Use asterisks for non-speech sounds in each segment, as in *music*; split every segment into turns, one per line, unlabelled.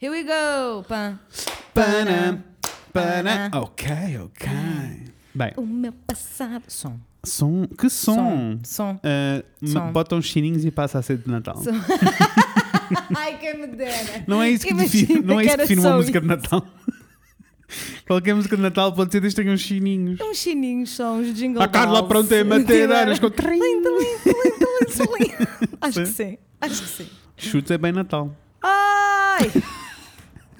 Here we go! Pã.
Panam, panam. Ok, ok. Bem,
O meu passado. Som.
som. Que som!
Som.
Ah, ma-
Som.
Bota uns sininhos e passa a ser de Natal.
Som. *laughs* Ai, quem me dera.
Não é isso que
Imagina
define, não é
que
isso que
era
define uma
só
música de Natal. *laughs* Qualquer música de Natal pode ser desde que tenha uns sininhos.
Uns sininhos são uns jingle
A Carla
bells.
pronta é matar aras com
Lindo, lindo, lindo,
*laughs*
lindo, lindo. Acho que sim. Acho que sim.
Chutes é bem Natal.
Ai!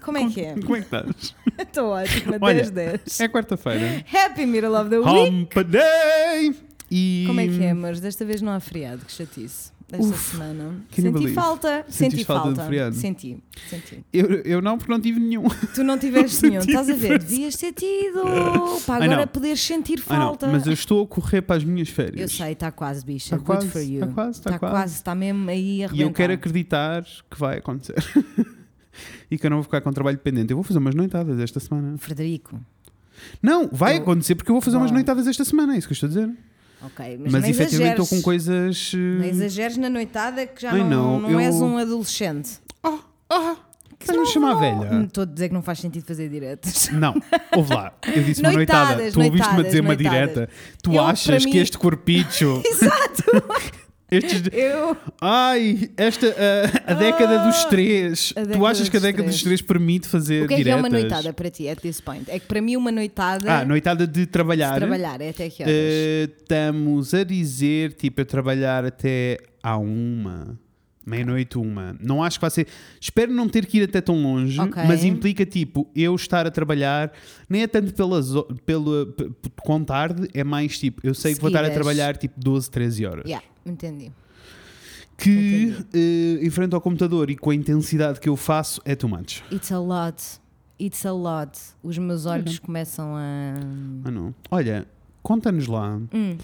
Como é que é? *laughs*
Como é que estás?
Estou ótima. 10
Olha,
10.
É quarta-feira.
Happy Middle of the Week!
Hump Day! E...
Como é que é, amores? Desta vez não há feriado, que chatice. Desta
Uf,
semana.
can you
Senti
believe?
falta.
Sentiste
Senti
falta de
falta.
feriado?
Senti. Senti.
Eu, eu não, porque não tive nenhum.
Tu não tiveste nenhum. Estás a ver? Devias ter *laughs* tido. Pá,
Ai,
agora
não.
poderes sentir
Ah, não,
falta.
mas eu estou a correr para as minhas férias.
Eu sei, está quase, bicha.
Tá
Good
quase,
for you.
tá quase, tá
Tá
quase.
quase, está mesmo aí a
E eu quero acreditar que vai acontecer. *laughs* e que eu não vou ficar com trabalho pendente. Eu vou fazer umas noitadas esta semana.
Frederico.
Não, vai
Eu-
acontecer porque eu vou fazer umas
Bom.
noitadas esta semana, é isso que eu estou a dizer.
Ok, mas,
Mas,
não
efetivamente
exageres.
estou com coisas.
Não
eh,
exageres na noitada que já
Ai,
não,
não,
não
eu-
és um adolescente.
Ah, ah, estás-me a chamar velha?
Estou a dizer que não faz sentido fazer diretas. *laughs*
Não, ouve lá, eu disse uma noitada,
Noitadas,
tu ouviste-me a
noitadas,
dizer uma
noitadas.
direta, tu
Eu, para
achas
mim-
que
*laughs*
este corpicho,
Exato!
estes,
Eu.
ai, esta, eh, a, a década dos três,
Ah, a
tu
década
achas que a
dos
década dos
três.
três permite fazer
O que é que é
diretas?
uma noitada para ti, at this point? É que para mim uma noitada
Ah,
é
noitada de trabalhar,
trabalhar é até que horas?
Eh, estamos a dizer, tipo, eu trabalhar até à uma, meia-noite, uma. Não acho que vai ser. Espero não ter que ir até tão longe,
Ok.
mas implica, tipo, eu estar a trabalhar, nem é tanto pelas, ho- pelo p- p- quão tarde, é mais tipo, eu sei que vou estar a
Seguidas.
trabalhar tipo 12, 13 horas.
Yeah, entendi.
Que eh, em frente ao computador e com a intensidade que eu faço, é too much.
It's a lot. It's a lot. Os meus olhos começam a.
Ah, não. Olha, conta-nos lá.
Hum.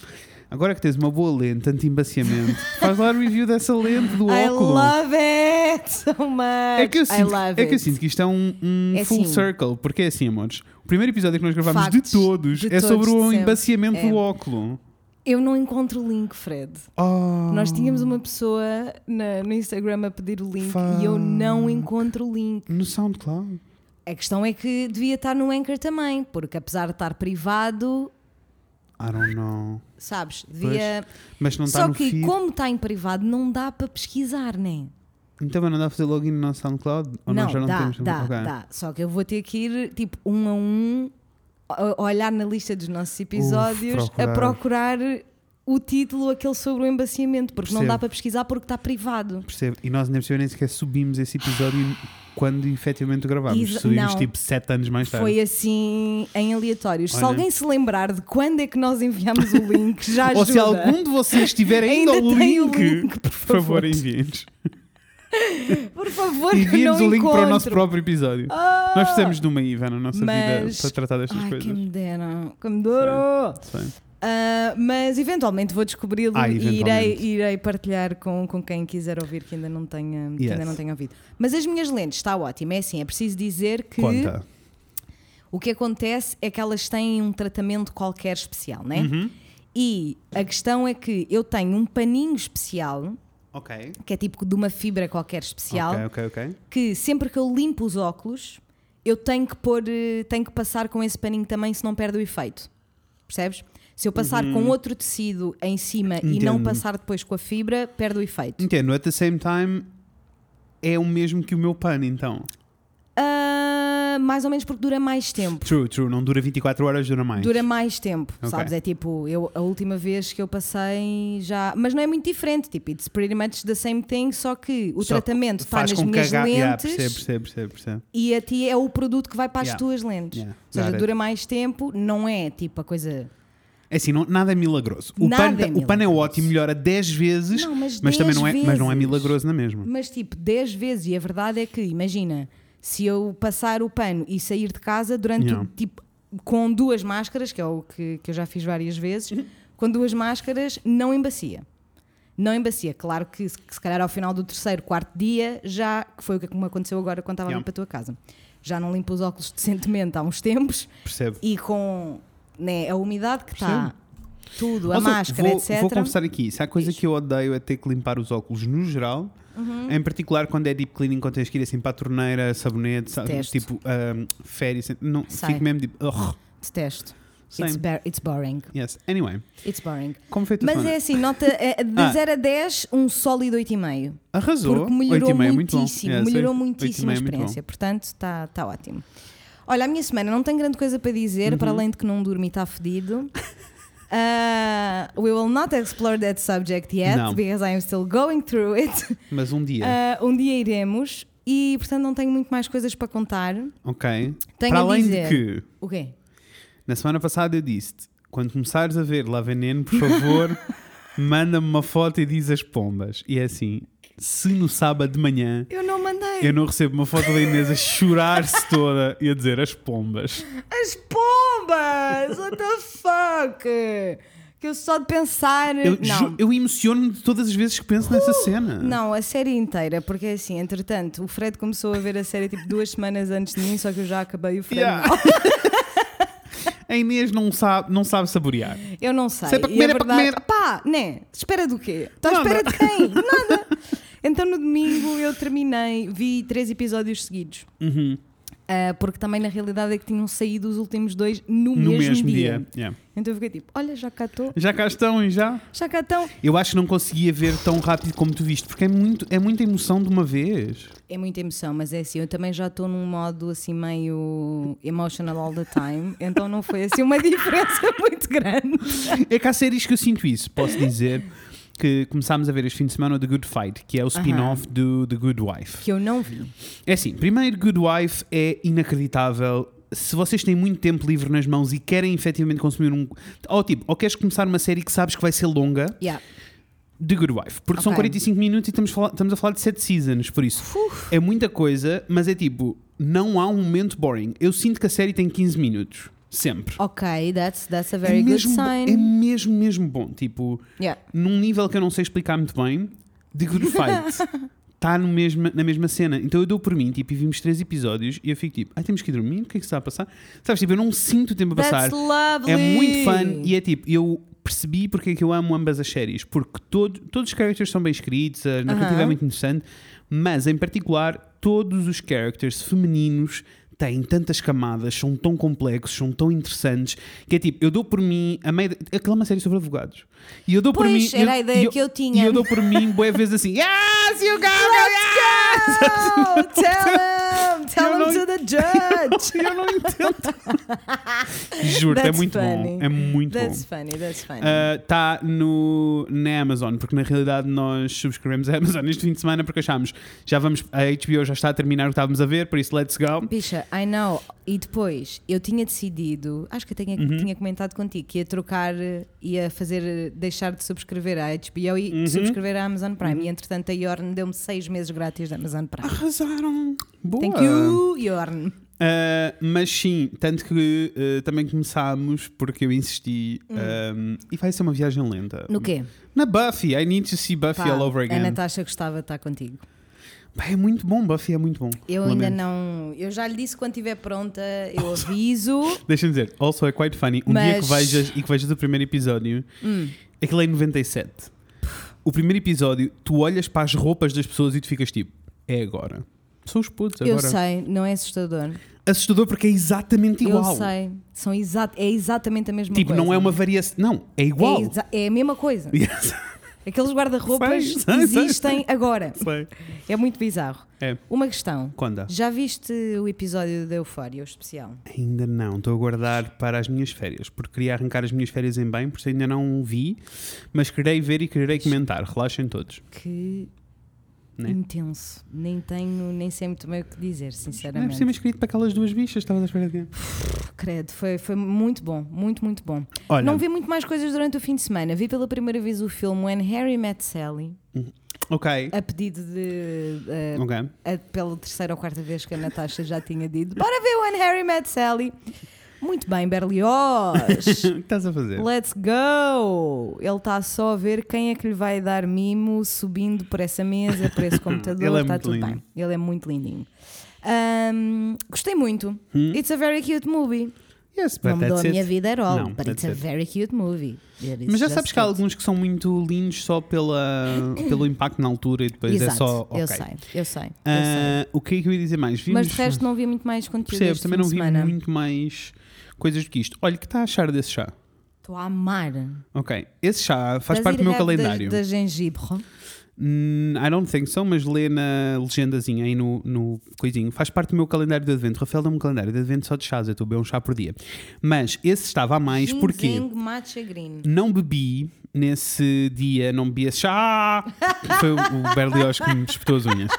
Agora que tens uma boa lente anti-embaciamento, faz lá o review dessa lente
*laughs*
do
I
óculos.
love it so much.
É que eu
I
sinto,
love
é que, eu
it.
sinto que isto é um, um
É
full
assim.
circle, porque é assim, amores. O primeiro episódio que nós gravámos
Factos
de todos
de
é
todos
sobre
de
o
sempre.
embaciamento
É.
do óculo.
Eu não encontro o link, Fred.
Oh,
Nós tínhamos uma pessoa na- no Instagram a pedir o link e eu não
Fuck.
encontro o link.
No SoundCloud.
A questão é que devia estar no Anchor também, porque apesar de estar privado,
I don't know.
sabes, devia.
Mas não está
Só
no
que,
feed.
como está em privado, não dá para pesquisar, né? nem.
Então vai não dá a fazer login no nosso SoundCloud? Ou nós já não
dá,
temos?
dá,
Ok.
dá. Só que eu vou ter que ir, tipo, um a um, a- a olhar na lista dos nossos episódios, a procurar o título, aquele sobre o embaciamento, porque não
Percebo.
dá para pesquisar porque está privado.
Percebo. E nós nem, percebemos, nem sequer subimos esse episódio quando efetivamente o gravámos.
Exa-
subimos
não.
tipo 7 anos mais tarde.
Foi assim em aleatórios. se
Olha.
alguém se lembrar de quando é que nós enviámos o
*laughs*
link, já ajuda.
Ou se algum de
*laughs*
vocês tiver ainda,
Ainda
o,
tem o
link,
link, por
por favor,
favor.
enviem-nos.
Por favor, que
Enviem-nos
não
o link
encontro.
para o nosso próprio episódio.
Ah!
Nós precisamos de uma Iva na nossa
Mas-
vida para tratar destas
Ai, que
coisas.
me deram, que me deram.
Sim.
Ah, mas eventualmente vou descobri-lo
Ah,
e irei,
eventualmente.
irei partilhar com, com quem quiser ouvir que ainda, não tenha, que
Yes.
ainda não tenha ouvido. Mas as minhas lentes, está ótimo. É assim, é preciso dizer que
Conta.
o que acontece é que elas têm um tratamento qualquer especial, né?
Uhum.
E a questão é que eu tenho um paninho especial,
Ok.
que é tipo de uma fibra qualquer especial,
Ok, ok, ok.
que sempre que eu limpo os óculos, eu tenho que pôr, eh, tenho que passar com esse paninho também, se não perde o efeito. Percebes? Se eu passar com outro tecido em cima e não
Uhum. Entendo.
passar depois com a fibra, perde o efeito.
Entendo, at the same time é o mesmo que o meu pano, então.
Ah, mais ou menos porque dura mais tempo.
True, true, não dura 24 horas, dura mais.
Dura mais tempo,
Ok.
sabes? É tipo, eu, a última vez que eu passei já. Mas não é muito diferente, tipo, it's pretty much the same thing, só que o
Só que
tratamento está
faz
nas
com que
minhas
aga-
lentes.
Yeah, percebo, percebo, percebo, percebo.
e a ti é o produto que vai para as
Yeah.
tuas lentes.
Yeah.
Ou seja,
Got it.
dura mais tempo, não é tipo a coisa.
É assim, não- nada é milagroso. O,
Nada
pano,
é
ta- o pano é
milagroso.
ótimo, melhora 10 vezes,
Não, mas
também
10
não é, mas não é
vezes.
milagroso na mesma.
Mas tipo, 10 vezes, e a verdade é que, imagina, se eu passar o pano e sair de casa durante
Yeah.
o- tipo com duas máscaras, que é o que, que eu já fiz várias vezes,
*laughs*
com duas máscaras não embacia. Não embacia. Claro que se, que se calhar ao final do terceiro, quarto dia, já que foi o que me aconteceu agora quando estava a
Yeah.
vir para a tua casa. Já não limpo os óculos *laughs* decentemente há uns tempos
Percebo.
e com né, a umidade que está, tudo, a
Ou seja,
máscara,
vou,
etc.
Vou confessar aqui: se há coisa que eu odeio é ter que limpar os óculos no geral,
Uhum.
Em particular quando é deep cleaning, quando tens que ir assim para a torneira, sabonete, sa-
Detesto.
tipo um, férias. Não,
Sai.
fico mesmo tipo. Ugh.
Detesto. It's,
Same.
bar- it's boring.
Yes. Anyway,
It's boring.
como foi a tua
Mas
semana?
é assim, nota eh, de
Ah.
0 a 10, um sólido 8,5.
Arrasou.
Porque melhorou
8,5, é muito bom.
muitíssimo,
Yes,
melhorou
8,5,
muitíssimo a
é muito bom.
experiência, portanto está tá ótimo. Olha, a minha semana não tem grande coisa para dizer,
Uhum.
para além de que não dormi está fedido. *laughs* Uh, we will not explore that subject yet,
Não.
because I am still going through it.
Mas um dia,
Uh, um dia iremos e, portanto, não tenho muito mais coisas para contar.
ok?
Tenho
para
a
além
dizer-
de que,
O quê?
na semana passada eu disse-te: quando começares a ver lá veneno, por favor,
*laughs*
manda-me uma foto e diz as pombas. E é assim: se no sábado de manhã
Eu não mandei.
eu não recebo uma foto da Inês a chorar-se toda e a dizer as pombas.
As pombas! What the fuck? Que eu só de pensar.
Eu,
não.
ju- eu emociono-me de todas as vezes que penso nessa cena.
Não, a série inteira, porque é assim, entretanto, o Fred começou a ver a série tipo duas semanas antes de mim, só que eu já acabei o Fred.
Yeah.
não.
A Inês não sabe, não sabe saborear.
Eu não sei.
Se é para
E
comer,
a
é para
verdade-
comer.
Pá, né? Espera do quê? Estou à
Nada.
espera de
*laughs*
quem? Nada. Então no domingo eu terminei, vi três episódios seguidos.
Uhum.
Ah, porque também na realidade é que tinham saído os últimos dois no,
No
mesmo,
mesmo
dia.
dia. Yeah.
Então eu fiquei tipo, olha, já cá estou,
Já cá estão e já?
já cá estão.
Eu acho que não conseguia ver tão rápido como tu viste, porque é, muito, é muita emoção de uma vez.
É muita emoção, mas é assim, eu também já estou num modo assim meio emotional all the time, então não foi assim uma *laughs* diferença muito grande.
É que há séries que eu sinto isso, posso dizer. Que começámos a ver este fim de semana o The Good Fight, que é o spin-off do The Good Wife.
Que eu não vi.
É assim, primeiro, Good Wife é inacreditável. Se vocês têm muito tempo livre nas mãos e querem efetivamente consumir um. Ou tipo, ou queres começar uma série que sabes que vai ser longa,
Yeah.
The Good Wife. Porque são
Ok.
45 minutos e estamos, fala- estamos a falar de 7 seasons, por isso.
Fuf.
É muita coisa, mas é tipo, não há um momento boring. Eu sinto que a série tem 15 minutos. Sempre.
Ok, that's, that's a
é
very good
mesmo, bo- é
sign.
mesmo, mesmo bom. Tipo,
Yeah.
num nível que eu não sei explicar muito bem, The Good Fight está Tá no mesma- na mesma cena. Então eu dou por mim, tipo, e vimos três episódios e eu fico tipo, ai, temos que ir dormir, o que é que se está a passar? Sabes, tipo, eu não sinto o tempo a passar.
That's lovely.
É muito fun e é tipo, eu percebi porque é que eu amo ambas as séries, porque todo, todos os characters são bem escritos, a narrativa
Aham.
é muito interessante, mas em particular todos os characters femininos têm tantas camadas, são tão complexos, são tão interessantes, que é tipo, eu dou por mim, a meio, de- aquela é uma série sobre advogados, e eu dou por mim...
Pois, era
eu-
a ideia
e eu,
que eu tinha.
E eu dou
*laughs*
por mim, boa vez assim, yes, you go, girl, yes!
Oh,
*laughs*
tell him! Tell
Eu
him to
não-
the judge!
*laughs* Eu não entendo. Juro, é
That's
muito bom,
funny.
é
*laughs*
muito bom.
That's funny, that's funny.
Ah. Está tá no na Amazon, porque na realidade nós subscrevemos a Amazon este fim de semana porque achámos já vamos, a HBO já está a terminar o que estávamos a ver, por isso let's go.
Bicha, I know. E depois eu tinha decidido, acho que eu tinha,
Uhum.
tinha comentado contigo, que ia trocar, eh, ia fazer, eh, deixar de subscrever a HBO e
Uhum.
de subscrever a Amazon Prime. E entretanto a Yorn deu-me seis meses grátis da Amazon Prime.
Arrasaram! Ah, Boa!
Thank you, Yorn.
Ah, mas sim, tanto que ah, também começámos porque eu insisti ah, e vai ser uma viagem lenta.
Hum. No quê?
Na Buffy, I need to see Buffy
Pá, é
all over
A
again.
Natasha gostava de estar contigo.
Pá, é muito bom, Buffy é muito bom.
Eu ainda
Lamento.
não. Eu já lhe disse quando estiver pronta, eu
*laughs*
aviso.
Deixa-me dizer, also é quite funny. Um dia que
Mas- Hum.
vejas e que vejas o primeiro episódio, aquilo é em 97. O primeiro episódio, tu olhas para as roupas das pessoas e tu ficas tipo, é agora. São os putos
Eu
agora.
sei, não é assustador.
Assustador porque é exatamente igual.
Eu sei. São exa é exatamente a mesma
Tipo,
coisa.
não é uma variação. Não, é *laughs* igual.
É exa- é a mesma
*laughs*
coisa.
Yes.
Aqueles guarda-roupas
Sei, sei, sei,
existem agora.
Sei.
É muito bizarro.
É.
Uma questão.
Quando?
Já viste o episódio da Eufória, o especial?
Ainda não, estou a guardar para as minhas férias, porque queria arrancar as minhas férias em bem, por isso ainda não vi, mas quererei ver e quererei comentar. Relaxem todos.
Que
Né?
intenso. Nem tenho, nem sei muito bem o que dizer,
Não é por
sinceramente.
cima escrito para aquelas duas bichas, estavas à espera de quê?
Credo, foi, foi muito bom, muito, muito bom.
Olha.
Não vi muito mais coisas durante o fim de semana. Vi pela primeira vez o filme When Harry Met Sally,
Ok.
a pedido de. eh,
Ok.
a- pela terceira ou quarta vez que a Natasha já tinha dito: Bora ver When Harry Met Sally. Muito bem, Berlioz.
*laughs* O que estás a fazer?
Let's go! Ele está só a ver quem é que lhe vai dar mimo subindo por essa mesa, por
*laughs*
esse computador.
Ele é
está
muito
tudo
lindo.
bem. Ele é muito lindinho. Ahm, gostei muito. It's a very cute movie.
Yes, Hum? but
Não mudou
that's
a
it.
minha vida at all,
Não,
but it's
that's
a
it.
very cute movie. It is
Mas já
just
sabes que há
cute.
alguns que são muito lindos
*coughs*
só pela, pelo impacto na altura e depois
Exato,
é só. ok.
eu sei, eu sei. eu sei.
Ah, o que é que eu ia dizer mais? Vimos,
Mas de resto não vi muito mais conteúdo
percebes,
este
também
fim
não
de
vi
semana.
muito mais coisas do que isto. Olha, o que está a achar desse chá?
Estou a amar.
Ok. Esse chá faz
Das
parte do meu
irradiadas
calendário.
Da, gengibre.
Hum, I don't think so, mas lê na legendazinha aí no, no coisinho. Faz parte do meu calendário de advento. Rafael dá-me um calendário de advento só de chás. Eu estou a beber um chá por dia. Mas esse estava a mais
Ginseng
porque
matcha green.
não bebi nesse dia, não bebi
*laughs*
esse chá. Foi o Berlioz que me espetou as unhas.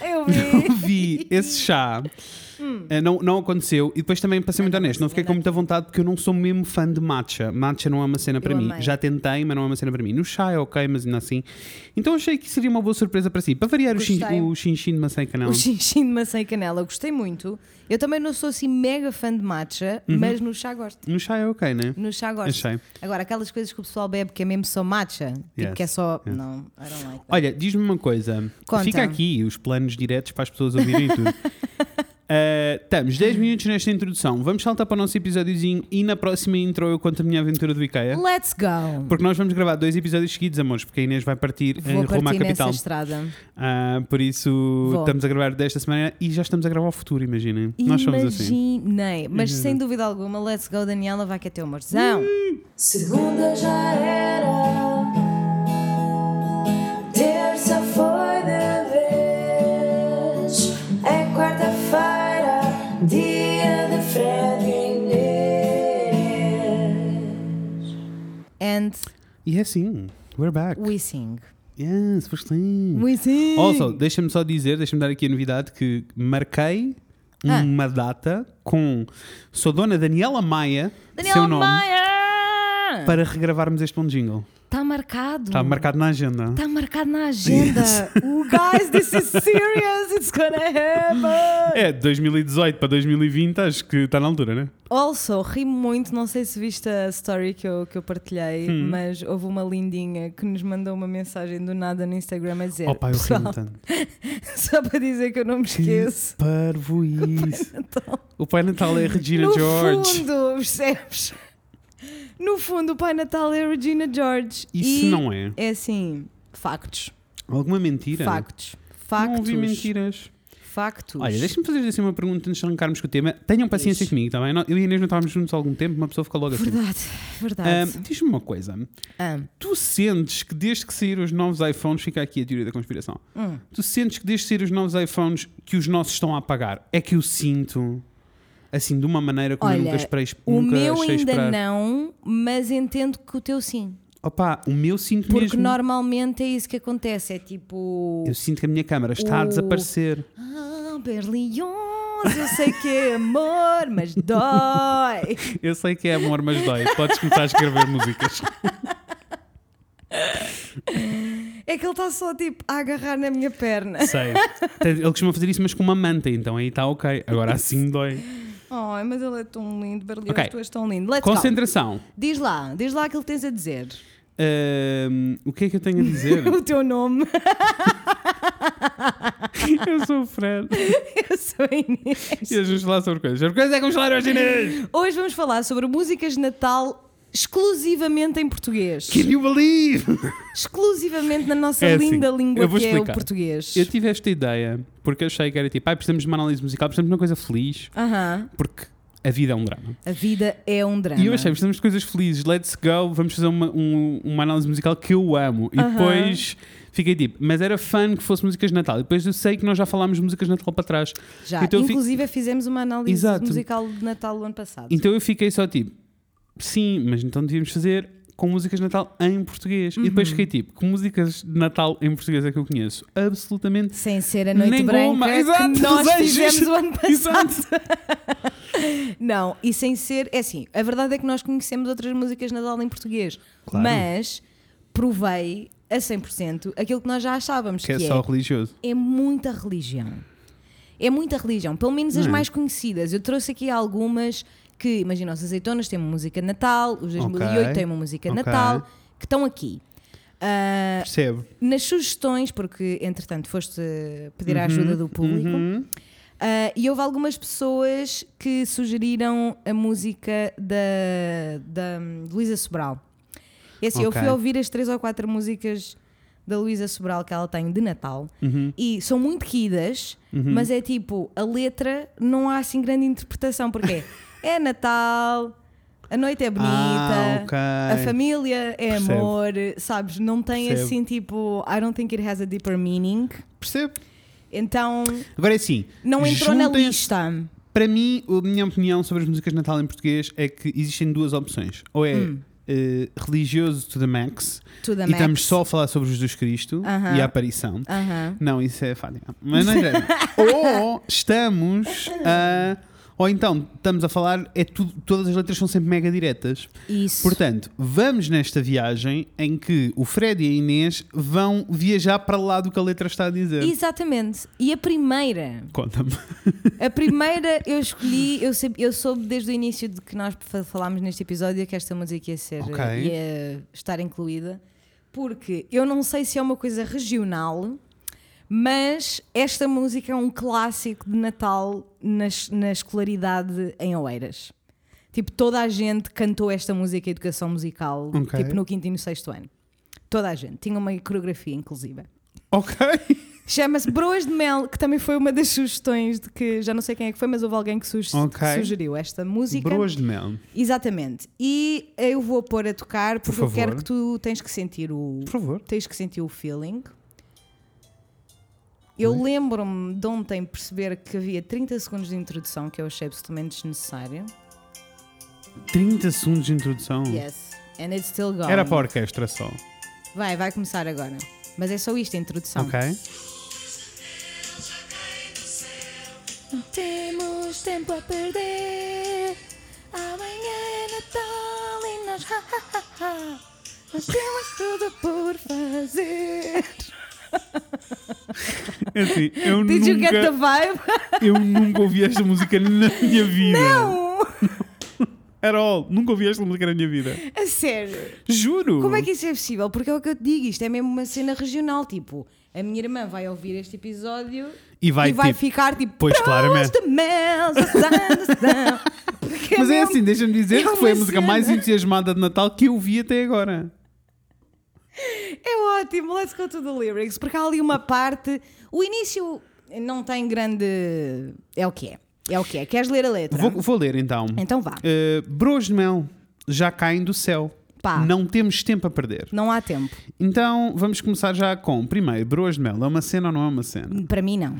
Ah, Eu vi.
Não vi esse chá.
Hum.
Eh, Não, não aconteceu. E depois também, para ser muito honesto, não fiquei com muita vontade porque eu não sou mesmo fã de matcha. Matcha não é uma cena para mim.
amei.
Já tentei, mas não é uma cena para mim. No chá é ok, mas ainda assim. Então achei que seria uma boa surpresa para si. Para variar o chin-
Gostei.
o chin-chin de maçã e canela.
*laughs* O xixim de maçã e canela, eu gostei muito. Eu também não sou assim mega fã de matcha, mas no chá gosto.
No chá Uhum. é ok, né?
No chá gosto.
Achei.
Agora, aquelas coisas que o pessoal bebe que é mesmo só matcha, tipo
Yes,
que é só.
yes.
Não, I don't like.
Olha, diz-me uma coisa.
Conta.
Fica aqui os planos diretos para as pessoas ouvirem
*laughs*
tudo. Eh, estamos 10 minutos nesta introdução. Vamos saltar para o nosso episódiozinho e na próxima intro eu conto a minha aventura do IKEA.
Let's go!
Porque nós vamos gravar dois episódios seguidos, amores, porque a Inês vai partir em
Vou
eh, rumo à
partir nessa
capital.
estrada.
Ah, por isso estamos a gravar desta semana e já estamos a gravar o futuro, imaginem. Nós somos assim.
Imaginei, mas sem dúvida alguma, let's go, Daniela, vai que é teu amorzão.
Segunda já era, terça foi de vez, é quarta-feira, dia de Fred e Inês.
And
E é assim. We're back.
we sing.
Yes, first thing.
We sing!
Also, deixa-me só dizer, deixa-me dar aqui a novidade que marquei
Ah.
uma data com sou dona Daniela Maia, seu
Daniela
nome,
Maia!
para regravarmos este bom jingle.
Está marcado.
Está Tá marcado na agenda.
Está Tá marcado na agenda. *laughs* Oh, guys, this is serious. It's gonna happen.
É, de 2018 para 2020, acho que está na altura, né?
Also, ri muito. Não sei se viste a story que eu, que eu partilhei,
Hum.
mas houve uma lindinha que nos mandou uma mensagem do nada no Instagram a dizer:
Oh, pá, eu
É. "Pessoal,
rio tanto.
*laughs* Só para dizer que eu não me esqueço.
Parvo isso.
*laughs*
O Pai Natal é Regina
Então. no
George.
fundo, percebes? No fundo, o Pai Natal é a Regina George.
Isso
e
não é.
É assim, factos.
Alguma mentira? né?
Factos.
Não
Factos.
ouvi mentiras.
Factos.
Olha, deixa-me fazer assim uma pergunta antes de arrancarmos com o tema. Tenham paciência
Diz.
comigo, está bem? Eu e a Inês não estávamos juntos há algum tempo, uma pessoa fica logo Hum. assim.
Verdade, verdade.
Ahm, Diz-me uma coisa.
Ah.
Tu sentes que desde que saíram os novos iPhones, fica aqui a teoria da conspiração.
Hum.
Tu sentes que desde que saíram os novos iPhones que os nossos estão a apagar? É que eu sinto assim de uma maneira como eu
Olha,
nunca esperei.
O
nunca
meu
achei
ainda
esperar.
não, mas entendo que o teu sim.
Opa, o meu sinto
Porque
mesmo.
normalmente é isso que acontece. É tipo.
Eu sinto que a minha câmara está a
O-
desaparecer.
Ah, Berlioz, eu sei que é amor, mas dói. *laughs*
Eu sei que é amor, mas dói. Podes começar a
*laughs*
escrever músicas.
É que ele está só tipo a agarrar na minha perna.
Sei. Ele costuma fazer isso, mas com uma manta, então aí está ok. Agora assim dói.
Ai, mas ele é tão lindo, Berlioz,
Ok.
tu és tão lindo. Let's go.
Concentração.
Diz lá, diz lá aquilo que tens a dizer.
Ahm, o que é que eu tenho
*laughs*
a dizer?
O teu nome.
eu sou o Fred.
Eu sou a
*laughs*
Inês.
E hoje vamos falar sobre coisas. Sobre coisas é que vamos falar hoje, Inês!
Hoje vamos falar sobre músicas de Natal exclusivamente em português.
Can you believe?
Exclusivamente na nossa
É assim,
linda língua
eu vou
que é o
explicar.
português.
Eu tive esta ideia porque achei que era tipo, ai, precisamos de uma análise musical, precisamos de uma coisa feliz,
Aham.
porque a vida é um drama.
A vida é um drama.
E eu achei, precisamos de coisas felizes, let's go, vamos fazer uma, um- uma análise musical que eu amo. E
Aham.
depois fiquei tipo, mas era fã que fosse músicas de Natal. E depois eu sei que nós já falámos de músicas de Natal para trás.
Já,
Então eu fi-
inclusive fizemos uma análise
Exato.
musical de Natal do ano passado.
Então eu fiquei só tipo, sim, mas então devíamos fazer com músicas de Natal em português. E depois fiquei tipo, que músicas de Natal em português é que eu conheço? Absolutamente
Sem ser a Noite
Nenhuma.
Branca
Exato,
que
*laughs*
nós
desejos.
fizemos o ano
Exato.
passado. Não, e sem ser... É assim, a verdade é que nós conhecemos outras músicas de Natal em português.
Claro.
Mas provei a 100% aquilo que nós já achávamos
que
que,
é só religioso.
é muita religião. É muita religião, pelo menos as
Não é?
mais conhecidas. Eu trouxe aqui algumas que, imagina, os azeitonas têm uma música de Natal, os 2008
Ok,
têm uma música de
ok.
Natal, que estão aqui. Ah,
Percebe? Uhum.
nas sugestões, porque entretanto foste pedir a ajuda do público, Ah, e houve algumas pessoas que sugeriram a música da, da hum, Luísa Sobral. É assim, Eu
Ok.
fui ouvir as três ou quatro músicas da Luísa Sobral que ela tem de Natal
Uhum.
e são muito queridas, mas é tipo, a letra não há assim grande interpretação, porque é,
*laughs*
é Natal, a noite é bonita,
Ah, ok.
a família é
Percebo.
amor, sabes? Não tem
Percebo.
assim tipo, I don't think it has a deeper meaning.
Percebo.
Então,
Agora é assim.
não entrou na
juntem-se-
lista.
Para mim, a minha opinião sobre as músicas de Natal em português é que existem duas opções. Ou é eh, religioso to the max,
Hum. To the
e
max.
estamos só a falar sobre Jesus Cristo
Aham.
e a aparição.
Aham.
Não, isso é Fátima. Mas não
*laughs*
interessa. Ou estamos a. Ou então estamos a falar, é tudo, todas as letras são sempre mega diretas.
Isso.
Portanto, vamos nesta viagem em que o Fred e a Inês vão viajar para lá do que a letra está a dizer.
Exatamente. E a primeira,
Conta-me. *laughs*
a primeira eu escolhi, eu, sei- eu soube desde o início de que nós fa- falámos neste episódio que esta música ia ser eh,
Ok.
ia estar incluída, porque eu não sei se é uma coisa regional, mas esta música é um clássico de Natal na, es- na escolaridade em Oeiras. Tipo, toda a gente cantou esta música, educação musical,
Ok.
tipo no quinto e no sexto ano. Toda a gente. Tinha uma coreografia, inclusive.
Ok.
Chama-se Broas de Mel, que também foi uma das sugestões de que já não sei quem é que foi, mas houve alguém que, suge-
Ok.
que sugeriu esta música.
Broas de mel.
Exatamente. E eh, eu vou pôr a tocar porque eu
favor.
quero que tu tens que sentir o
Por favor.
tens que sentir o feeling. Eu lembro-me de ontem perceber que havia 30 segundos de introdução que é eu achei absolutamente desnecessário.
30 segundos de introdução.
Yes. And it's still gone.
Hum. Era para a orquestra só.
Vai, vai começar agora. Mas é só isto a introdução.
Ok.
Temos tempo a perder. Amanhã é Natal e nós. Ha, ha, ha, ha. Nós temos tudo por fazer.
É assim, eu,
*laughs* Did you get the
nunca,
vibe?
eu nunca ouvi esta música na minha vida.
Não!
At all. Nunca ouvi esta música na minha vida.
A sério.
Juro.
Como é que isso é possível? Porque é o que eu te digo, isto é mesmo uma cena regional. Tipo, a minha irmã vai ouvir este episódio
E vai,
e vai
tipo,
ficar tipo.
pois,
"Prós
claramente."
de mel, Susana, Porque
Mas é
mesmo-
assim, deixa-me dizer
é
que foi a
uma
música
cena.
mais entusiasmada de Natal que eu vi até agora.
É ótimo, let's go to the lyrics. Porque há ali uma parte. O início não tem grande. É o que é. É o que é. Queres ler a letra?
Vou, vou ler então.
Então vá.
Uh, broas de mel já caem do céu.
Pá.
Não temos tempo a perder.
Não há tempo.
Então vamos começar já com, primeiro, broas de mel. É uma cena ou não é uma cena?
Para mim, não.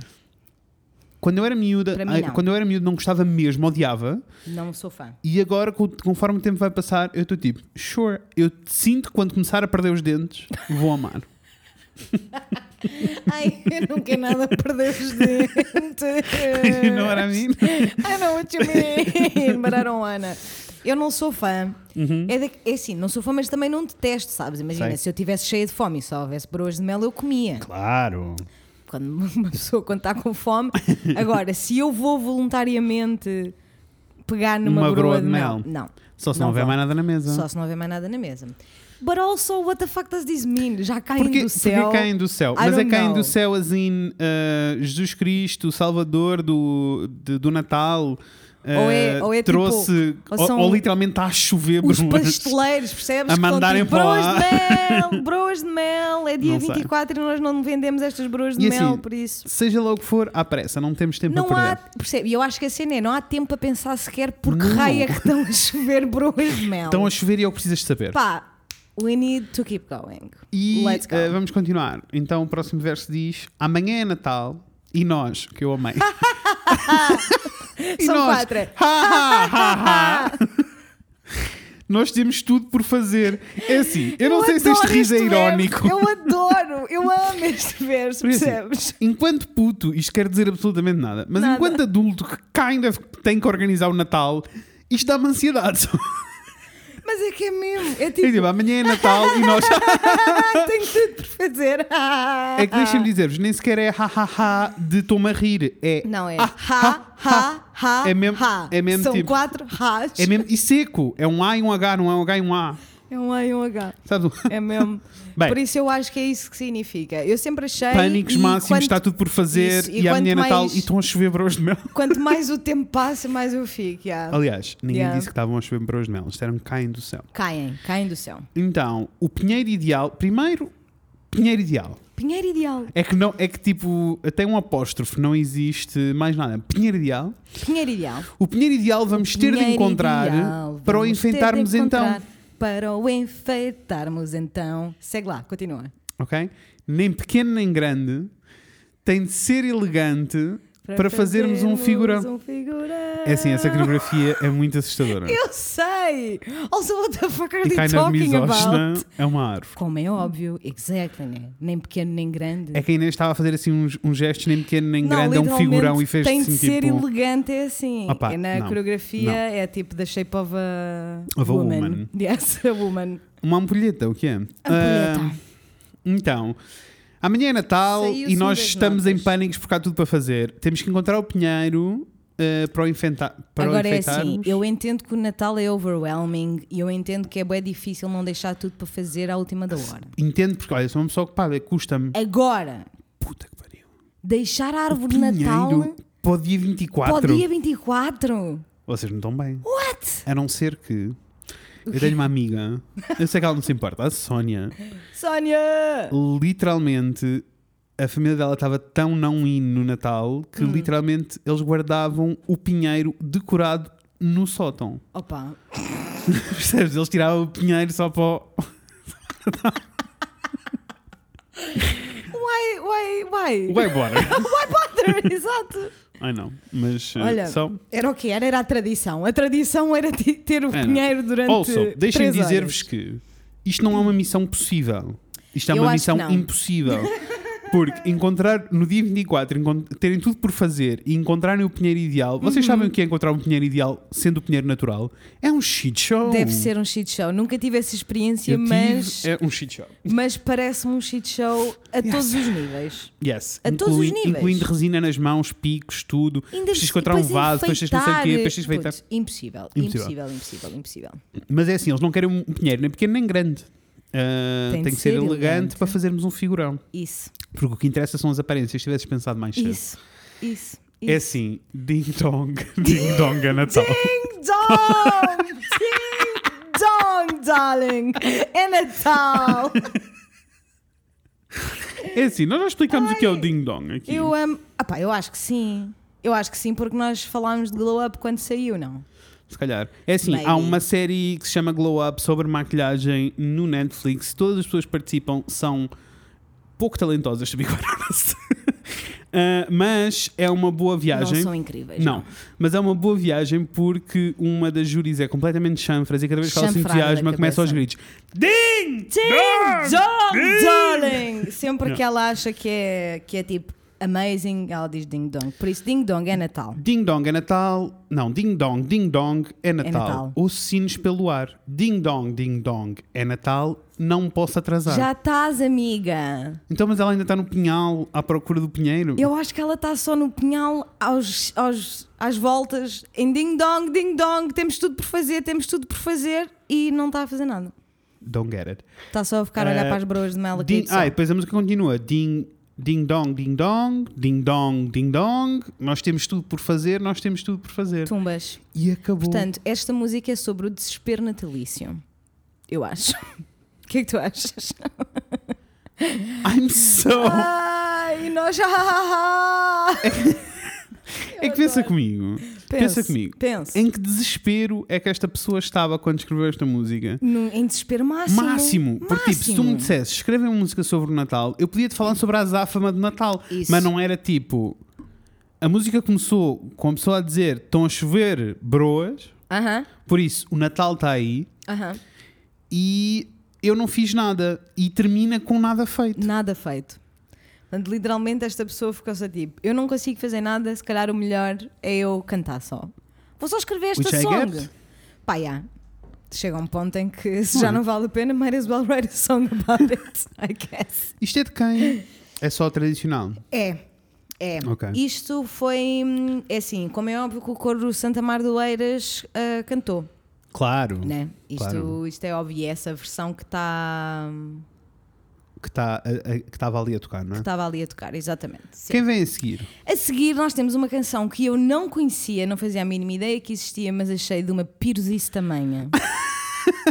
Quando eu era miúda,
Para mim,
ai,
não.
quando eu era miúdo não gostava mesmo, odiava.
Não sou fã.
E agora, co- conforme o tempo vai passar, eu estou tipo, sure, eu te sinto que quando começar a perder os dentes, vou amar.
Ai, eu não quero nada perder os
*laughs*
dentes.
you know what I mean?
I know what you mean, but I don't wanna. Eu não sou fã. É, da- é assim, não sou fã, mas também não detesto, sabes? Imagina,
Uhum. Sei.
se eu tivesse cheia de fome e só houvesse broas de mel, eu comia.
Claro.
Quando uma pessoa quando está com fome. Agora, se eu vou voluntariamente pegar numa
Uma
broa de mel, não.
Só se
Não
não, houver
vou.
mais nada na mesa.
Só se não houver mais nada na mesa. But also, what the fuck does this mean? Já caem
Porque,
do céu.
porque caem do céu.
I
Mas é
don't
caem
know.
do céu, assim, uh, Jesus Cristo, Salvador do, de- do Natal,
Ou é-
uh,
ou é tipo-
trouxe,
ou
ou,
são
ou literalmente está a chover
Os
brumas.
pasteleiros, percebes? Que
A
estão
mandarem
tipo,
para
broas
lá."
de
*laughs*
mel, broas de mel, é dia
Não sei.
24 e nós não vendemos estas broas de
E
mel,
assim,
por isso.
Seja lá o que for, à pressa, não temos tempo a
Não
perder.
há, percebe? E eu acho que a cena é, não há tempo a pensar sequer porque
Não.
raia que estão a chover broas de mel.
Estão a chover e é o que precisas de saber.
Pá, we need to keep going.
E
Let's go.
eh, vamos continuar. Então o próximo verso diz: Amanhã é Natal e nós, que eu
*laughs*
amei. e
Ah, São
nós, "Ah,
quatro. Ah,
Ha, ha, ha,
*laughs*
ha. nós temos tudo por fazer. É assim, eu, não sei se este
adoro
riso é
verso.
irónico.
Eu adoro, eu amo este verso,
Porque, assim,
percebes?
Enquanto puto, isto quer dizer absolutamente nada, mas
Nada.
enquanto adulto que kind of tem que organizar o Natal, isto dá-me ansiedade. *laughs*
Mas é que é mesmo, é
É
tipo, "Ah,
tipo, amanhã é Natal e nós.
tenho tudo por fazer.
*laughs* É que deixem-me dizer-vos, nem sequer é ha-ha-ha de estou-me a rir. É
Não é.
"Ah,
ha, ha, ha,
É mesmo-
ha.
é mesmo
São
tipo-
quatro has.
É mesmo, e seco. É um A e um H, não é um H e um A.
É um A e um H.
Sabe?
É mesmo.
*laughs* Bem.
Por isso eu acho que é isso que significa. Eu sempre achei.
Pânicos
e
máximos,
quanto-
está tudo por fazer
Isso, e
e, a
quanto
minha Natal
mais-
e estão a chover broas
*laughs*
de mel.
Quanto mais o tempo passa, mais eu fico.
*laughs*
yeah.
Aliás, ninguém
Yeah.
disse que estavam a chover broas de mel, eles disseram que caem do céu.
Caem, caem do céu.
Então, o pinheiro ideal, primeiro, pinheiro ideal.
Pinheiro ideal.
É que não, é que tipo, tem um apóstrofe, não existe mais nada. Pinheiro ideal.
Pinheiro ideal.
O pinheiro ideal vamos ter de
Pinheiro
encontrar
ideal,
para o
vamos ter de
enfeitarmos então,
encontrar Para o enfeitarmos então. Segue lá, continua.
ok? Nem pequeno nem grande, tem de ser elegante para, fazermos um figurão.
um figurão.
É assim, essa coreografia é muito assustadora.
Ah. Eu sei! Also, what the fuck are
e
they
kind of
talking
misógina
about?
é uma árvore.
Como é óbvio, exactly, né? Nem pequeno nem grande.
É que a Inês estava a fazer assim uns, uns gestos nem pequeno nem
Não,
grande, é um
literalmente,
figurão e fez
Tem de
assim
ser
tipo
elegante, é assim.
Opa,
é na
não,
coreografia
não.
é tipo The Shape of a,
Of a
woman.
woman.
Yes, a woman.
uma ampulheta, o que é?
Ampulheta.
Então, amanhã é Natal
Saiu-se
e nós
um das
estamos em
notas.
pânicos porque há tudo para fazer. Temos que encontrar o Pinheiro eh, para o enfeitar. Para o
Agora é assim,
enfeitarmos.
eu entendo que o Natal é overwhelming e eu entendo que é bem difícil não deixar tudo para fazer à última
Assim,
da hora.
Entendo, porque olha, sou uma pessoa ocupada, custa-me.
Agora,
Puta que pariu.
deixar a árvore de
Pinheiro
Natal
para o dia 24.
para o dia 24?
Vocês não estão bem.
What?
A não ser que. Eu tenho uma amiga, eu sei que ela não se importa, a Sónia.
Sónia!
Literalmente, a família dela estava tão não in no Natal que literalmente eles guardavam o pinheiro decorado no sótão. *laughs*
Opa,
Percebes? Eles tiravam o pinheiro só para o...
why, why, why?
Vai embora.
Why bother? *laughs*
*laughs*
Exato.
Ai não, mas eh,
Olha,
só...
era o que era, era a tradição. A tradição era ti- ter o
É, não.
pinheiro durante
Also, deixem-me
três
dizer-vos que isto não é uma missão possível. Isto é
Eu
uma
acho que
missão
não. *laughs*
impossível. Porque encontrar no dia 24, encon- terem tudo por fazer e encontrarem o pinheiro ideal, vocês
Uhum.
sabem o que é encontrar um pinheiro ideal sendo o pinheiro natural? É um shit show.
horas. Deve ser um shit show. Nunca tive essa experiência,
Eu tive-
mas,
É um shit show.
mas parece-me um shit show a todos os níveis.
Yes.
A todos os
Inclui-
níveis.
Incluindo resina nas mãos, picos, tudo.
Ainda
Precisas encontrar um
depois
vaso, depois tens não sei o quê,
enfeitar-
depois tens de enfeitar.
Putz, impossível,
Impossível.
impossível, impossível, impossível.
Mas é assim, eles não querem um pinheiro nem pequeno nem grande. Ah, tem, que ser, elegante,
elegante.
para fazermos um figurão.
Isso,
Porque o que interessa são as aparências. Se tivesses pensado mais cedo.
isso, isso.
É
isso.
assim, ding dong, *laughs* ding dong é Natal.
Ding dong! Ding
*laughs*
dong, darling! É
*laughs*
Natal!
É assim, nós já explicamos o que é o ding dong aqui.
Eu amo. Ah, pá, eu acho que sim. Eu acho que sim, porque nós falámos de glow up quando saiu, não?
Se calhar. É assim,
Maybe.
há uma série que se chama Glow Up sobre maquilhagem no Netflix. Todas as pessoas que participam são pouco talentosas, se se *laughs* mas é uma boa viagem.
Não são incríveis.
Não, mas é uma boa viagem porque uma das júris é completamente chanfras e cada vez que ela se
Chanfrada da
entusiasma começa aos
cabeça.
gritos. Ding!
Ding dong,
Ding!
darling! Sempre
Não.
que ela acha que é, que é tipo amazing, ela diz ding dong. Por isso, ding dong é Natal.
Ding dong é Natal. Não, ding dong, ding dong é Natal.
Natal.
Ouço sinos pelo ar. Ding dong, ding dong é Natal. Não posso atrasar.
Já estás, amiga.
Então, mas ela ainda está no pinhal à procura do pinheiro.
Eu acho que ela está só no pinhal aos, aos, às voltas, em ding dong, ding dong, temos tudo por fazer, temos tudo por fazer e não está a fazer nada.
Don't get it.
Está só a ficar a olhar
Eh,
para as broas de mel aqui.
Ding... Ah, e depois a música continua. Ding, ding dong, ding dong, ding dong, ding dong. Nós temos tudo por fazer, nós temos tudo por fazer.
Tumbas.
E acabou.
Portanto, esta música é sobre o desespero natalício. Eu acho. *laughs* O que é que tu achas? *laughs*
I'm so.
Ah, Ai, nós já.
é que pensa comigo. Pensa comigo.
Pensa.
Em que desespero é que esta pessoa estava quando escreveu esta música?
Num- Em, desespero máximo.
Máximo. Porque, tipo, se tu me dissesses, escreve uma música sobre o Natal, eu podia te falar sobre a azáfama de Natal.
Isso.
Mas não era tipo. A música começou com a pessoa a dizer: estão a chover broas,
Aham,
por isso o Natal está aí
aham.
e eu não fiz nada. E termina com nada feito.
Nada feito. Portanto, literalmente, esta pessoa ficou só tipo: eu não consigo fazer nada, se calhar o melhor é eu cantar só. Vou só escrever esta
Which I
song.
get.
Pá, yeah. Chega a um ponto em que se
Hum.
já não vale a pena, might as well write a song about it, I guess.
Isto é de quem?
*laughs*
É só tradicional.
É. É.
Ok.
Isto foi. hum, É assim, como é óbvio que o coro Santa Mar do Eiras ah, cantou.
Claro.
Né? Isto,
Claro.
isto é óbvio, e é essa versão que tá, está
Que tá- a- a- que estava ali a tocar, não
que
é?
estava ali a tocar, exatamente. Sim.
Quem vem a seguir?
A seguir nós temos uma canção que eu não conhecia, não fazia a mínima ideia que existia, mas achei de uma pirosice tamanha.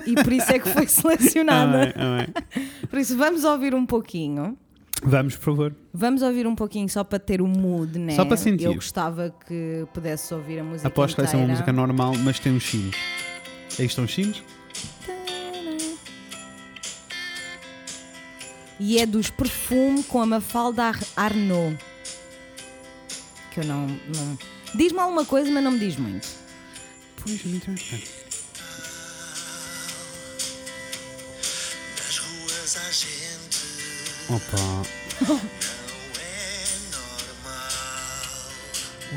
e por isso é que foi *laughs*
Ah,
selecionada.
bem, ah, bem.
Por isso vamos ouvir um pouquinho.
Vamos, por favor.
Vamos ouvir um pouquinho só para ter o mood, né?
Só para sentir.
Eu gostava que pudesse ouvir a música
Aposto que vai ser uma música
inteira.
normal, mas tem uns chinos. Aí estão os chinos?
E é dos Perfume com a Mafalda Ar- Arnaud. Que eu não... não... Diz-me alguma coisa, mas não me diz muito.
Pois, é muito bem.
Nas ruas há gente,
Opa.
não é normal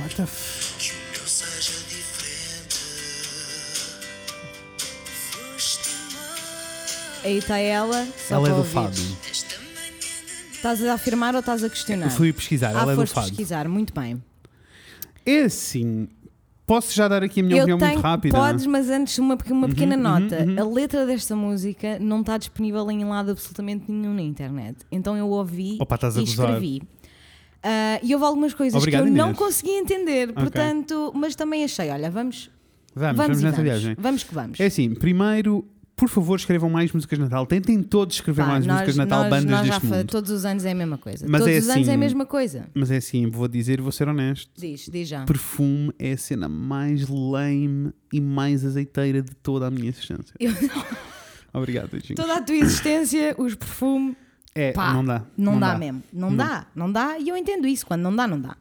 What the f...
que o meu seja diferente. Foste mal
Aí está ela. Só
Ela
para
é do
ouvir.
Fábio.
esta manhã de
Estás a afirmar ou estás a questionar?
Fui pesquisar,
ah,
ela é do
foste
Fado.
pesquisar, muito bem.
É assim. Posso já dar aqui a minha opinião muito rápida? Uhum,
podes, mas antes uma, pequ- uma pequena nota. A letra desta música não está disponível em lado absolutamente nenhum na internet. Então eu ouvi
Opa, estás a
e
gozar.
escrevi. Ah, e houve algumas coisas
Obrigado,
que eu não
Inês.
consegui entender, portanto, mas também achei, olha, vamos, vamos,
Vamos, vamos
e
nessa
vamos.
viagem.
Vamos que vamos.
É assim, primeiro, por favor, escrevam mais músicas de Natal. Tentem todos escrever
Pá,
mais
nós,
músicas de Natal,
nós-
bandas
nós já
deste
fa-
mundo.
Todos os anos é a mesma coisa.
Mas
todos
é
os anos é a
assim-
mesma coisa.
Mas é assim, vou dizer, vou ser honesto.
Diz, diz já.
Perfume é a cena mais lame e mais azeiteira de toda a minha existência.
Eu-
*laughs* Obrigado, Beijinho.
Toda a tua existência, os perfumes,
É,
Pá,
não dá.
Não, dá, mesmo. Não, dá, não dá. E eu entendo isso. Quando não dá, não dá.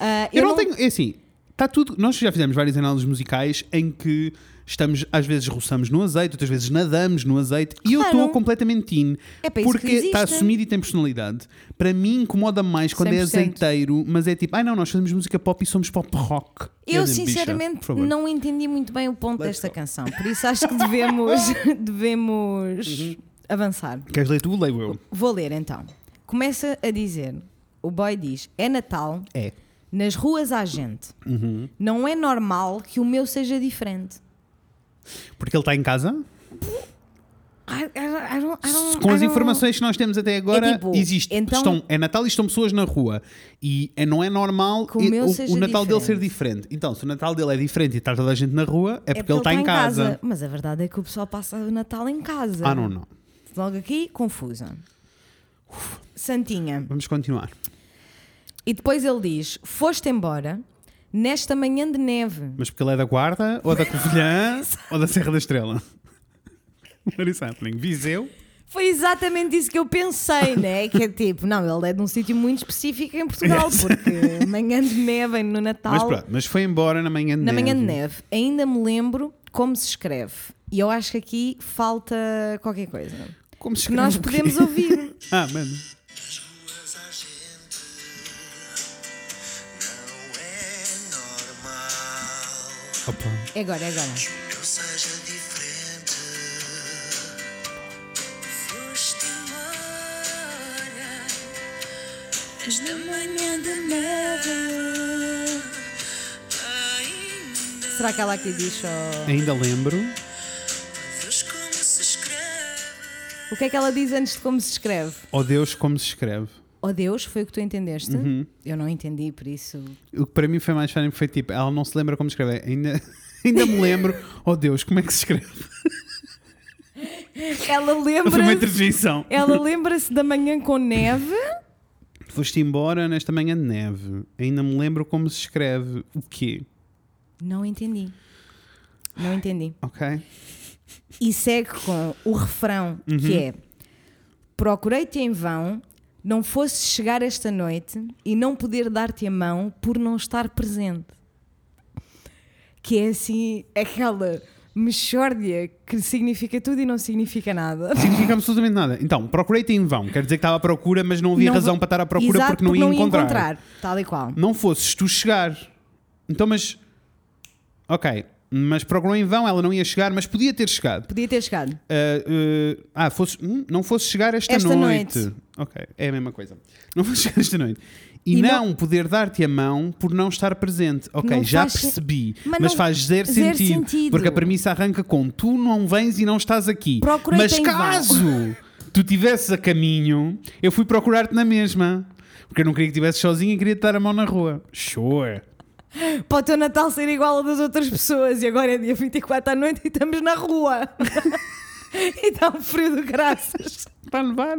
Ah,
Eu, não, tenho. É assim, está tudo. Nós já fizemos várias análises musicais em que estamos, às vezes, roçamos no azeite, outras vezes nadamos no azeite e eu
Claro.
estou completamente teen.
É para isso que
porque está
existe.
assumido e tem personalidade. Para mim, incomoda mais quando é
100%.
azeiteiro, mas é tipo, ai não, nós fazemos música pop e somos pop rock.
Eu,
digo, "Bicha, por
sinceramente,
favor."
não entendi muito bem o ponto
Let's
desta
go.
canção. Por isso acho que
*laughs*
devemos, devemos
Uhum.
avançar.
Queres ler tu? Leio eu.
Vou ler então. Começa a dizer: o boy diz, é Natal,
É.
nas ruas há gente.
Uhum.
Não é normal que o meu seja diferente.
Porque ele está em casa?
Ah, I- I- I don't- I don't-
com
I
as
don't-
informações que nós temos até agora,
Ah, É tipo,
existe.
então-
Estão, é Natal e estão pessoas na rua. E é- não é normal
Que o meu
o,
seja
o Natal dele ser
diferente.
diferente. Então, se o Natal dele é diferente e está toda a gente na rua, é,
É
porque ele está em casa.
Mas a verdade é que o pessoal passa o Natal em casa.
Ah, não, não.
Logo aqui, confusa. Santinha.
Vamos continuar.
E depois ele diz: Foste embora nesta manhã de neve.
Mas porque ele é da Guarda, ou
*laughs*
da Covilhã, ou da Serra da Estrela. *laughs* What is happening? Viseu?
Foi exatamente isso que eu
*laughs*
pensei, né? Que é tipo, não, ele é de um sítio muito específico em Portugal, porque manhã de neve no Natal.
Mas pronto, mas foi embora na manhã de
na
neve.
manhã de neve. Ainda me lembro como se escreve. E eu acho que aqui falta qualquer coisa.
Como se
Que
escreve
nós
o quê? *laughs*
podemos ouvir.
Ah, mano.
nas ruas há gente, não é normal
Opa.
É agora, é agora.
que o meu seja diferente.
Foste embora Esta manhã de neve
Ainda
Será que ela aqui diz só.
Ainda lembro.
vês como se escreve.
O que é que ela diz antes de como se escreve?
Oh Deus, como se escreve.
Oh Deus, foi o que tu entendeste? Eu não entendi, por isso.
O que para mim foi mais funny foi tipo, ela não se lembra como escreve. Ainda, *laughs* ainda me lembro, oh Deus, como é que se escreve?
Ela
Foi uma
lembra-se.
interjeição.
Ela lembra-se da manhã com neve.
Foste embora nesta manhã de neve. Ainda me lembro como se escreve. O quê?
Não entendi. Não entendi.
Ok?
E segue com o refrão que é: Procurei-te em vão, não fosse chegar esta noite e não poder dar-te a mão por não estar presente. Que é assim, aquela mexórdia que significa tudo e não significa nada.
Significa absolutamente nada. Então, procurei-te em vão. Quer dizer que estava à procura, mas não havia
Não
razão
vou-
para estar à procura
Exato,
porque não ia encontrar.
Tal e qual.
Não fosses tu chegar. Então, mas. Ok. Mas procurou em vão, ela não ia chegar, mas podia ter chegado.
Podia ter chegado.
Uh, uh, ah, fosse, hum, não fosse chegar esta,
Esta
noite.
noite.
Ok, é a mesma coisa. Não fosse chegar esta noite. E,
E
não,
não-
poder dar-te a mão por não estar presente. Ok,
Não
já
faz sen-
percebi. Mas,
Mas não-
faz zero,
zero
sentido,
sentido.
Porque a premissa arranca com tu não vens e não estás aqui.
Procurei-te
Mas
em vão.
caso tu estivesses a caminho, eu fui procurar-te na mesma. Porque eu não queria que estivesse sozinha e queria te dar a mão na rua. Sure.
Para o teu Natal ser igual ao das outras pessoas e agora é dia 24 à noite e estamos na rua. *laughs* e está um frio de graças.
Está a levar.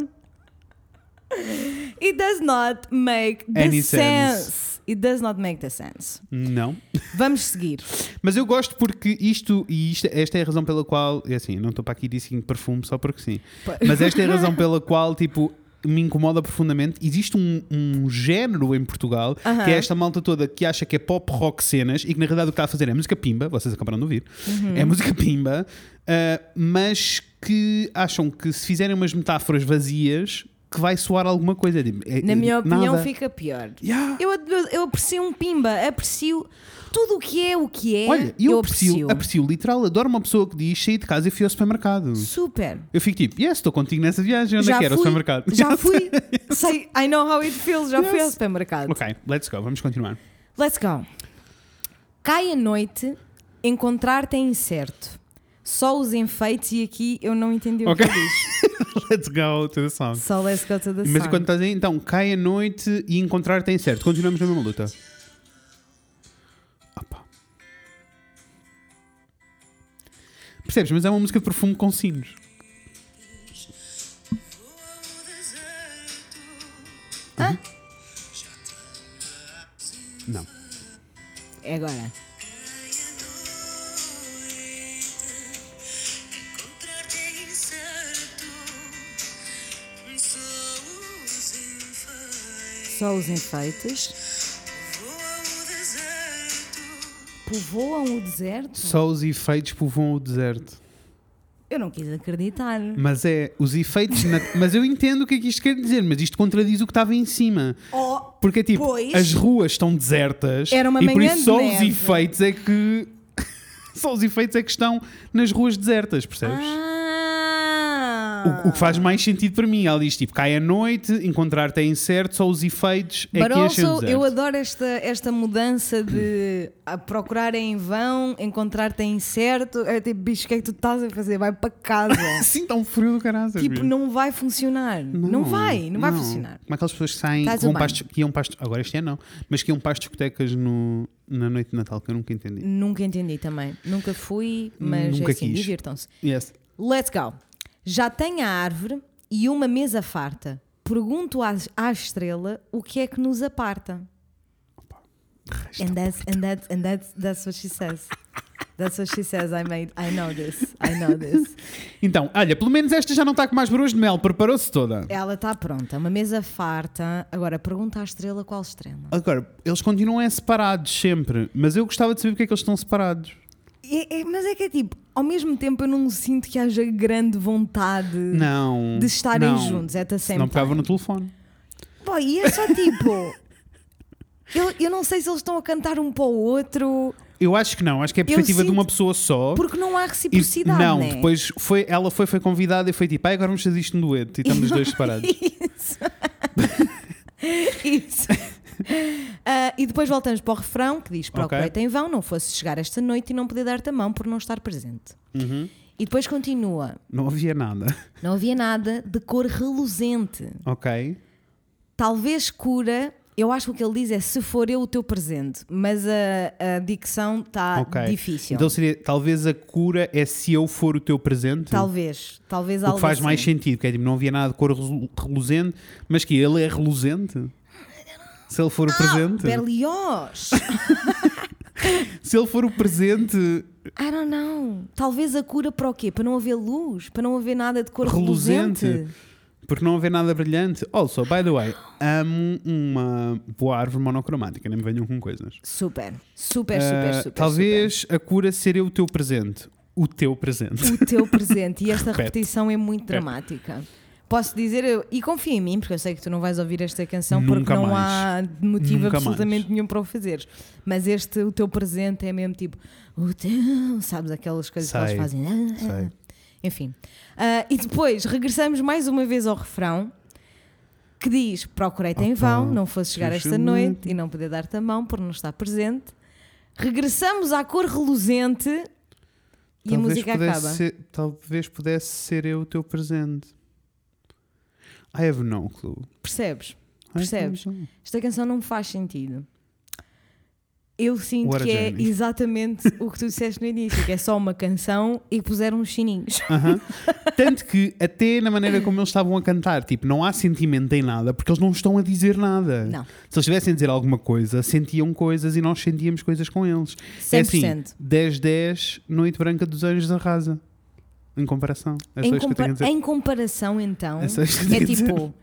It does not make the
Any sense.
sense. It does not make the sense.
Não.
Vamos seguir.
Mas eu gosto porque isto, e isto- esta é a razão pela qual, é assim, eu não estou para aqui dizer perfume só porque sim, mas esta é a razão pela qual, tipo, me incomoda profundamente. Existe um, um género em Portugal que é esta malta toda que acha que é pop rock cenas e que na realidade o que está a fazer é música pimba, vocês acabaram de ouvir,
Uhum.
é música pimba, ah, mas que acham que se fizerem umas metáforas vazias que vai soar alguma coisa. Tipo, é-
Na
é-
minha opinião,
nada.
fica pior.
Yeah.
Eu, ad- eu aprecio um pimba, aprecio tudo o que é o que é.
Olha, eu, aprecio, aprecio. literal, adoro uma pessoa que diz saí de casa e fui ao supermercado.
Super.
Eu fico tipo, yes, estou contigo nessa viagem, onde é que era o supermercado?
Já
*laughs* Yes.
fui. Sei, I know how it feels. Já fui ao supermercado.
ok, let's go, vamos continuar. *laughs*
Let's go. Cai a noite, encontrar-te é incerto. Só os enfeites e aqui eu não entendi o
Ok.
que ele diz.
let's go to the song.
Só let's go to the
Mas
sun.
quando estás aí, então, cai a noite e encontrar-te é incerto. Continuamos na mesma luta. Opa. Percebes? Mas é uma música de perfume com sinos.
Voa o um deserto. Já tenho a presença.
Não.
É agora.
Encontrar-te é incerto. Só os enfeites.
Só os enfeites
Voa o
povoam o
deserto.
deserto.
Só os efeitos povoam o deserto.
Eu não quis acreditar.
Mas é, os efeitos. na- Mas eu entendo o que é que isto quer dizer, mas isto contradiz o que estava em cima.
Oh,
Porque é tipo,
Pois.
as ruas estão desertas
Era uma
e por
manhã
isso só
de
os
neve.
efeitos é que *laughs* só os efeitos é que estão nas ruas desertas, percebes?
Ah.
O, o que faz mais sentido para mim, ela diz tipo, cai à noite, encontrar-te é incerto, só os efeitos é
But
que enchem o
also,
deserto.
eu adoro esta, esta mudança
*clears throat*
de a procurar em vão, encontrar-te em certo. É tipo, bicho, o que é que tu estás a fazer? Vai para casa.
*laughs* Sim, está um frio do caralho.
tipo, não vai funcionar. Não, vai, não, vai funcionar.
Como aquelas pessoas que saem, que,
Estás
vão
humano.
para as, que iam para as, agora este ano não, mas que iam para as discotecas no, na noite de Natal, que eu nunca entendi.
Nunca entendi também. Nunca fui, mas
Nunca
é assim,
quis.
divirtam-se.
Yes.
Let's go. Já tem a árvore e uma mesa farta. Pergunto à, à estrela o que é que nos aparta. And that's, and that's, and that's, that's what she says. That's what she says. I made, I know this. I know this.
Então, olha, pelo menos esta já não está com mais barulhos de mel, preparou-se toda.
Ela está pronta, uma mesa farta. Agora pergunta à estrela qual estrela.
Agora, eles continuam é separados sempre, mas eu gostava de saber porque é que eles estão separados.
É- é- mas é que é tipo, ao mesmo tempo eu não sinto que haja grande vontade.
Não.
De estarem
não.
juntos, é da same
Não pegava
time.
no telefone.
Pô, e é só tipo. *laughs* eu, eu não sei se eles estão a cantar um para o outro,
Eu acho que não, acho que é a perspectiva de
sinto-
uma pessoa só.
porque não há
E-
reciprocidade.
não,
né?
depois foi, ela foi, foi convidada e foi tipo, ai, agora vamos fazer isto no dueto e estamos os dois
*laughs*
separados.
Isso. Isso. Ah, e depois voltamos para o refrão que diz: Procurei-te em vão, não fosse chegar esta noite e não poder dar-te a mão por não estar presente.
Uhum.
E depois continua:
Não havia nada.
Não havia nada de cor reluzente,
Ok.
talvez cura. Eu acho que o que ele diz é se for eu o teu presente, mas a, a dicção está
ok.
Ah, difícil.
Então seria, talvez a cura é se eu for o teu presente.
talvez, talvez
O
algo
que faz
assim.
mais sentido, que é tipo, não havia nada de cor relu- reluzente, mas que ele é reluzente. Se ele
Ah,
for é o presente.
Berlioz!
Se ele for o presente
I don't know. Talvez a cura para o quê? Para não haver luz? Para não haver nada de cor reluzente?
reluzente, porque não haver nada brilhante. Also, by the way, amo uma boa árvore monocromática, nem me venham com coisas.
Super, super, super,
Ah,
super.
talvez a cura seria o teu presente. O teu presente.
super. O teu presente. E esta
*laughs* Repete.
repetição é muito dramática. Posso dizer, eu- e confia em mim, porque eu sei que tu não vais ouvir esta canção porque
Nunca
não
mais.
há motivo
Nunca
absolutamente
mais.
nenhum para o fazeres. Mas este, o teu presente, é mesmo tipo, o teu. Sabes aquelas coisas que
Sei.
eles fazem. Ah, ah,
Sei.
Enfim. Ah, e depois regressamos mais uma vez ao refrão. que diz: Procurei-te em vão, não fosse chegar esta
justamente.
noite e não poder dar-te a mão por não estar presente. Regressamos à cor reluzente e a música
pudesse
acaba.
ser- talvez pudesse ser eu o teu presente. I have no clue.
Percebes?
I have no
Percebes?
clue.
Esta canção não faz sentido. Eu sinto
What a
que é
journey. *laughs*
exatamente o que tu disseste no início, que é só uma canção e puseram uns sininhos.
Aham. Tanto que até na maneira como eles estavam a cantar, tipo, não há sentimento em nada, porque eles não estão a dizer nada.
Não.
Se eles tivessem a dizer alguma coisa, sentiam coisas e nós sentíamos coisas com eles. É assim,
100%.
10-10, Noite Branca dos Anjos arrasa. Em comparação. É só
em,
isto que eu tenho a
compa-
dizer.
em comparação, então,
É só isto que eu
é,
tenho a dizer.
tipo: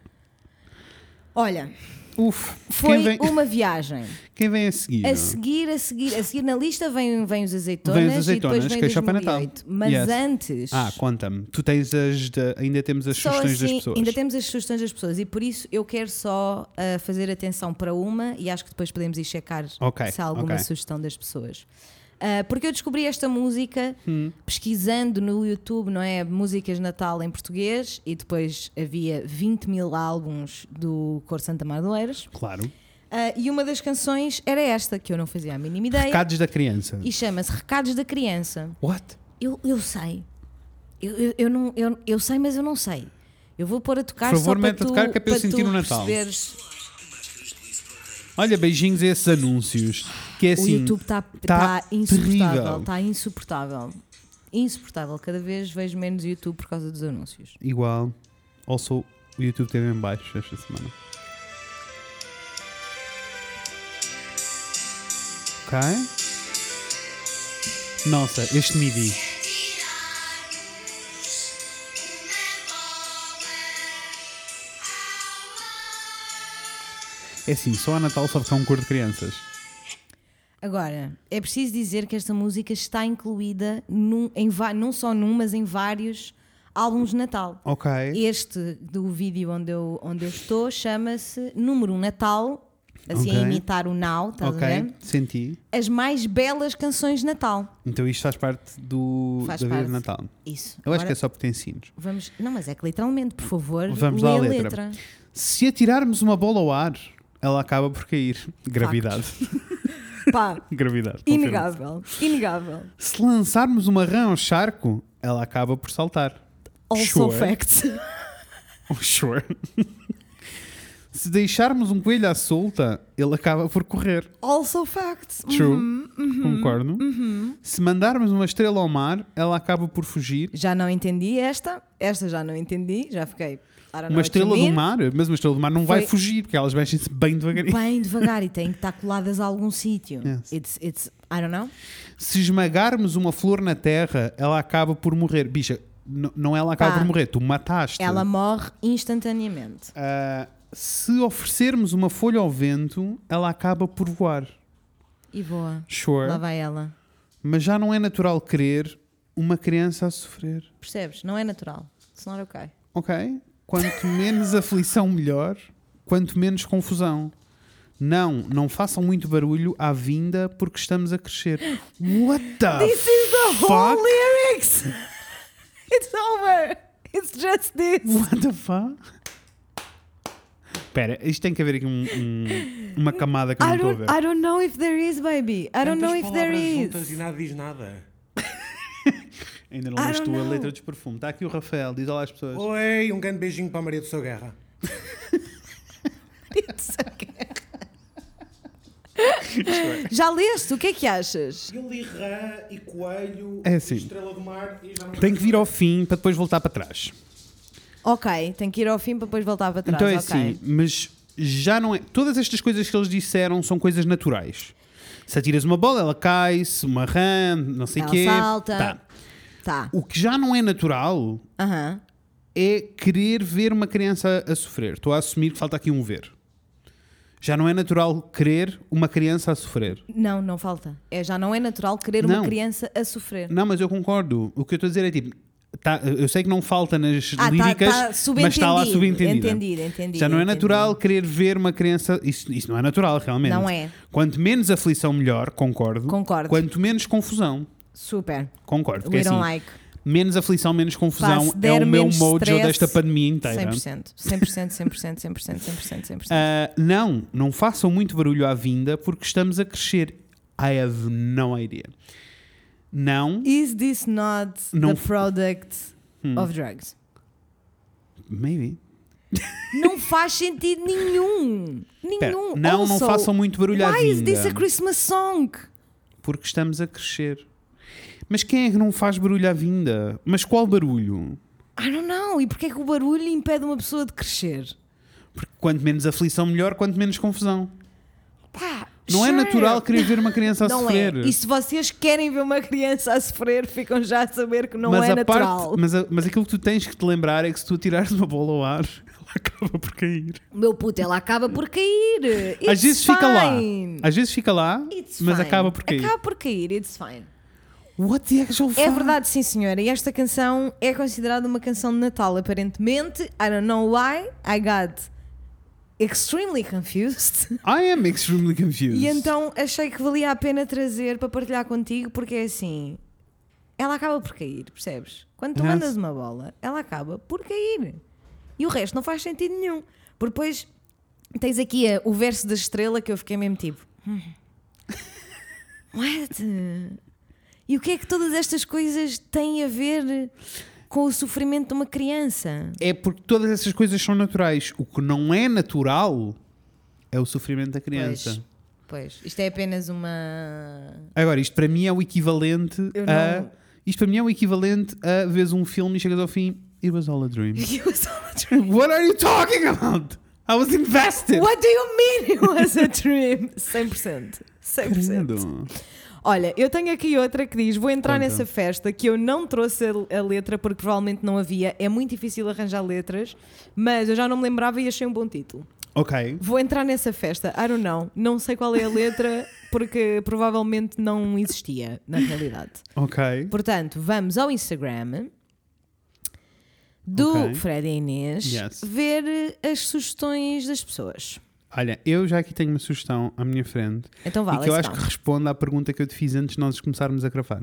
olha,
Uf,
foi
quem, vem,
uma
*laughs*
viagem.
quem vem a seguir?
A seguir, a seguir, a seguir na lista vem, vem os azeitonas,
Vem os azeitonas,
e depois vem
queixa para
2008.
Natal.
Mas
Yes.
antes,
Ah, conta-me. Tu tens as. da- ainda temos as
só
sugestões das
assim,
pessoas.
ainda temos as sugestões das pessoas e por isso eu quero só ah, fazer atenção para uma e acho que depois podemos ir checar
Ok,
se há alguma
ok.
sugestão das pessoas. Ah, porque eu descobri esta música
Hum.
pesquisando no YouTube, não é? Músicas de Natal em português e depois havia 20 mil álbuns do Cor Santa Madoeiras.
Claro.
Ah, e uma das canções era esta, que eu não fazia a mínima ideia.
Recados da criança.
e chama-se Recados da Criança.
What?
Eu, eu sei. Eu, eu, eu não, eu, eu sei, mas eu não sei. Eu vou pôr a tocar
Por favor,
só para
mete a
tu,
tocar, que é para eu
tu
sentir o Natal.
perceberes.
Olha, beijinhos a esses anúncios. Que é
O
assim.
YouTube está
tá
insuportável.
terrível.
Está insuportável. Insuportável. Cada vez vejo menos YouTube por causa dos anúncios.
Igual. Also, o YouTube teve em baixo esta semana. Ok. Nossa, este MIDI. É assim, só a Natal sabe que é um cor de crianças.
Agora, é preciso dizer que esta música está incluída num, em, va- não só num, mas em vários álbuns de Natal.
Ok.
Este do vídeo onde eu, onde eu estou chama-se Número 1 Natal, assim a
Ok.
imitar o Now, estás a ver?
Ok, senti.
As mais belas canções de Natal.
Então isto faz parte do,
Faz
da vida
parte.
de Natal.
Isso.
Eu acho
Agora
que é só porque tem sinos.
Vamos, não, mas é que literalmente, por favor,
Vamos
lê
lá à
a
letra. *laughs* Se atirarmos uma bola ao ar, ela acaba por cair. Gravidade. *laughs*
Pá,
Gravidade. confirmo.
inegável, inegável.
Se lançarmos uma rã ao charco, ela acaba por saltar.
Also
Sure.
facts. *laughs*
*laughs* Oh, sure. Se deixarmos um coelho à solta, ele acaba por correr.
Also facts.
True.
Uhum,
Concordo. Se mandarmos uma estrela ao mar, ela acaba por fugir.
Já não entendi esta, esta já não entendi, já fiquei. I don't know
Uma
what you
estrela do
mean.
mar, mas uma estrela do mar não vai
Foi-
fugir, porque elas mexem-se bem devagarinho.
Bem devagar e têm que estar coladas a algum sítio.
Yes.
It's, it's, I don't know.
Se esmagarmos uma flor na terra, ela acaba por morrer. Bicha, n- não ela acaba
Pá.
por morrer, tu mataste.
Tá. Ela morre instantaneamente.
Ah, se oferecermos uma folha ao vento, ela acaba por voar.
E boa.
Sure.
Lá vai ela.
Mas já não é natural querer uma criança a sofrer.
Percebes? Não é natural. Se não era ok.
Ok? Quanto menos aflição, melhor. Quanto menos confusão. Não, não façam muito barulho à vinda porque estamos a crescer. What the
This is the whole
fuck?
lyrics! *laughs* It's over! It's just this!
What the fuck? Espera, isto tem que haver aqui um- um- uma camada que eu não
I
estou a
don't,
ver.
I don't know if there is, baby. I
Tantas
don't know if there
palavras
is.
juntas e nada diz nada.
Ainda
I
não leste
don't
tu a
know.
letra dos perfumes. Está aqui o Rafael, diz olá às pessoas.
Oi, um grande beijinho para a Maria do Seu Guerra.
*laughs* It's
*laughs*
okay. Já leste? O que é que achas?
Eu li rã e coelho,
É assim.
e estrela do mar e já não
Tem que vir ao fim para depois voltar para trás.
Ok, tem que ir ao fim para depois voltar para trás.
Então é
ok.
assim, mas já não é. Todas estas coisas que eles disseram são coisas naturais. Se atiras uma bola, ela cai, se uma rã, não sei o
Ela
quê.
salta.
Tá.
Tá.
O que já não é natural
Aham.
é querer ver uma criança a sofrer. Estou a assumir que falta aqui um ver. Já não é natural querer uma criança a sofrer.
Não, não falta. É, já não é natural querer
Não.
uma criança a sofrer.
Não, mas eu concordo. O que eu estou a dizer é tipo. tá- eu sei que não falta nas
Ah, tá-
líricas,
tá
mas está lá
subentendido.
subentendida.
Entendido, entendido,
Já não é
entendido.
natural querer ver uma criança. Isso, isso não é natural, realmente.
Não é.
Quanto menos aflição, melhor, concordo.
Concordo.
Quanto menos confusão,
Super. We
concordo. porque é
don't
assim,
like.
Menos aflição, menos confusão
se
é
der
o meu
menos
mojo
stress,
desta pandemia inteira.
100%, 100%, 100%, 100%, 100%, 100%.
Ah, não, não façam muito barulho à vinda porque estamos a crescer. I have no idea. Não,
Is this not
Não- Hum.
the product of drugs?
maybe.
Não faz sentido nenhum.
Pera,
Nenhum.
não, não
Also,
façam muito barulho à
Why is this a
vinda
Christmas song?
porque estamos a crescer. Mas quem é que não faz barulho à vinda? Mas qual barulho?
I don't know. E porquê que o barulho impede uma pessoa de crescer?
Porque quanto menos aflição, melhor, quanto menos confusão.
Pá,
Não é
sure.
natural querer ver uma criança a
não
sofrer.
é. E se vocês querem ver uma criança a sofrer, ficam já a saber que não
mas
é
a
natural.
Parte, mas, a- mas aquilo que tu tens que te lembrar é que se tu tirares uma bola ao ar, *laughs* ela acaba por cair.
Meu puto, ela acaba por cair. It's
Às vezes
fine.
fica lá. Às vezes fica lá,
It's
mas
fine.
acaba por cair.
Acaba por cair, it's fine.
What the actual fuck?
É verdade, sim, senhora. E esta canção é considerada uma canção de Natal, aparentemente. I don't know why. I got extremely confused.
I am extremely confused.
E então achei que valia a pena trazer para partilhar contigo, porque é assim. Ela acaba por cair, percebes? Quando tu
Yes.
mandas uma bola, ela acaba por cair. E o resto não faz sentido nenhum. Porque depois tens aqui eh, o verso da estrela que eu fiquei mesmo tipo. "Hum. What? E o que é que todas estas coisas têm a ver com o sofrimento de uma criança?
É porque todas essas coisas são naturais. O que não é natural é o sofrimento da criança.
Pois, isto é apenas uma. *laughs*
Agora, isto para mim é o equivalente
Eu
a.
não-
Isto para mim é o equivalente a vês um filme e chegas ao fim. It was all
*laughs*
a dream.
It was all a dream.
What are you talking about? I was *laughs* invested.
What do you mean it was a dream? 100%. 100%.
Credo.
Olha, eu tenho aqui outra que diz: vou entrar
Conta.
nessa festa que eu não trouxe a, a letra porque provavelmente não havia. É muito difícil arranjar letras, mas eu já não me lembrava e achei um bom título.
Ok.
Vou entrar nessa festa. I don't know. Não sei qual é a
*laughs*
letra porque provavelmente não existia na realidade.
Ok.
Portanto, vamos ao Instagram do
Ok.
Fred e Inês
Yes.
ver as sugestões das pessoas.
Olha, eu já aqui tenho uma sugestão à minha frente
Então vá,
e que eu
let's
acho
go.
que responde à pergunta que eu te fiz antes de nós começarmos a gravar.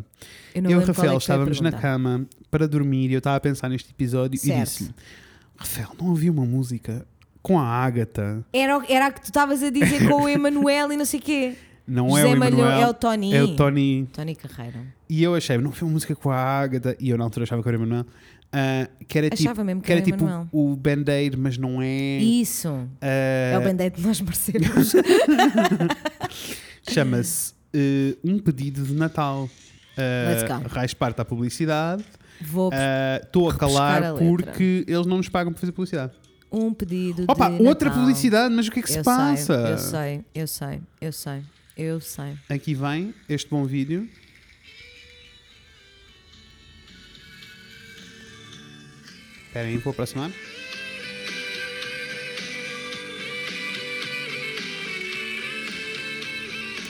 Eu, não
Eu e
lembro
o
qual é
Rafael
que foi a
estávamos na
pergunta.
cama para dormir e eu estava a pensar neste episódio e
Certo.
disse-lhe: Rafael, não ouvi uma música com a Ágata?
Era, o- era a que tu estavas a dizer com o Emanuel e não sei quê.
Não é
José
o
Malhão,
Emanuel,
é o Tony.
É o Tony.
Tony Carreiro.
E eu achei, não foi uma música com a Ágata, e eu na altura achava que era o Emanuel, ah, que era
Achava
tipo,
mesmo que
que era
era o
tipo
Emanuel.
o Band-Aid, mas não é.
Isso.
Ah,
É o band-aid de nós
*laughs*
merecemos.
Chama-se eh, Um Pedido de Natal.
Let's
Uh,
go.
Raiz parte à publicidade.
Vou
Ah, Estou a
Repescar
calar
a letra.
porque eles não nos pagam por fazer publicidade.
um pedido
Opa,
de
outra
Natal.
publicidade, mas o que é que
eu
se
sei,
passa?
Eu sei, eu sei, eu sei, eu sei.
Aqui vem este bom vídeo. Esperem, vou aproximar.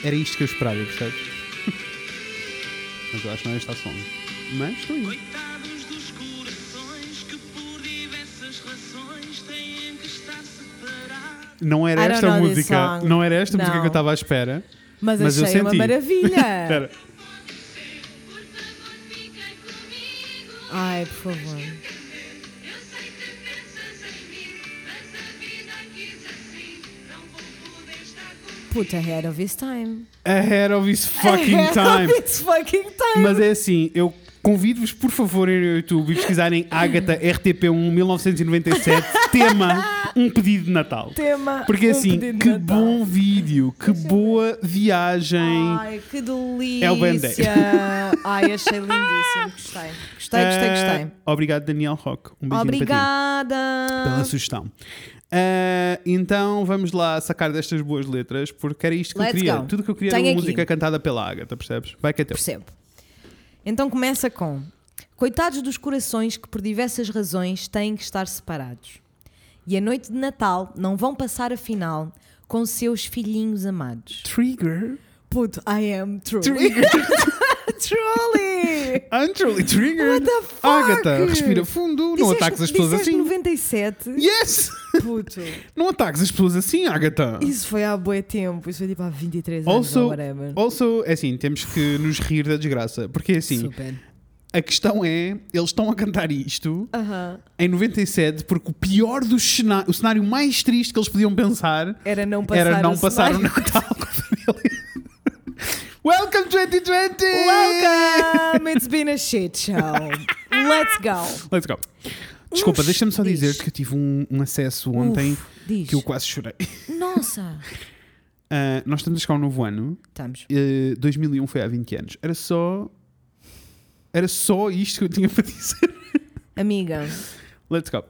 Era isto que eu esperava, percebes? *laughs* Mas eu acho que não é está som. Mas estou aí.
Coitados dos corações que por diversas razões têm que estar separados.
Não era
I don't
esta
know this
música.
song.
Não era esta música
Não.
que eu estava à espera.
Mas,
Mas eu é
achei uma
senti.
maravilha.
*laughs* Espera.
Ai, por favor. Puta, ahead of his time.
Ahead of his
*laughs*
fucking
Ahead
time.
of his fucking time.
Mas é assim, eu convido-vos, por favor, a ir ao YouTube e pesquisarem Ágata
*laughs*
RTP1 1997, tema Um Pedido de Natal.
Tema,
Porque
um
assim,
pedido de
que
Natal. é
bom vídeo, que boa viagem.
Ai, que delícia!
assim, É o Band-Aid.
Ai, achei
*laughs*
lindíssimo. Gostei. Gostei, gostei,
Ah,
gostei.
Obrigado, Daniel Rock. Um beijinho para ti. Pela
Obrigada!
sugestão. Ah, então vamos lá sacar destas boas letras, porque era isto que eu
Let's
queria.
go.
Tudo que eu queria
Tenho
era uma
aqui.
música cantada pela Ágata, percebes? Vai que é teu.
Percebo. Então começa com: Coitados dos corações que por diversas razões têm que estar separados. E a noite de Natal não vão passar a final com seus filhinhos amados.
Trigger.
Puto, I am true.
Trigger.
*laughs* Truly!
I'm truly
What
triggered.
the fuck?
Ágata, respira fundo, não
Disseste-
ataques as pessoas
disseste
assim.
97?
Yes!
Puto.
Não ataques as pessoas assim, Agatha.
Isso foi há bué tempo, isso foi tipo há 23 anos
Also,
ou whatever.
also, é assim, temos que nos rir da desgraça. Porque é assim,
Super.
A questão é, eles estão a cantar isto
Aham.
em 97 porque o pior do cenário, o cenário mais triste que eles podiam pensar
Era não passar
era não
o
passar o
cenário.
Natal com
*laughs*
a família. Welcome 2020!
Welcome! It's been a shit show. Let's go.
Let's go. Desculpa,
Ux,
deixa-me só
diz.
dizer que eu tive um, um acesso ontem
diz.
que eu quase chorei.
*laughs* Nossa.
Ah, nós estamos a chegar ao novo ano.
Estamos.
Eh, 2001 foi há 20 anos. Era só. Era só isto que eu tinha *laughs* para dizer.
Amiga,
Let's go.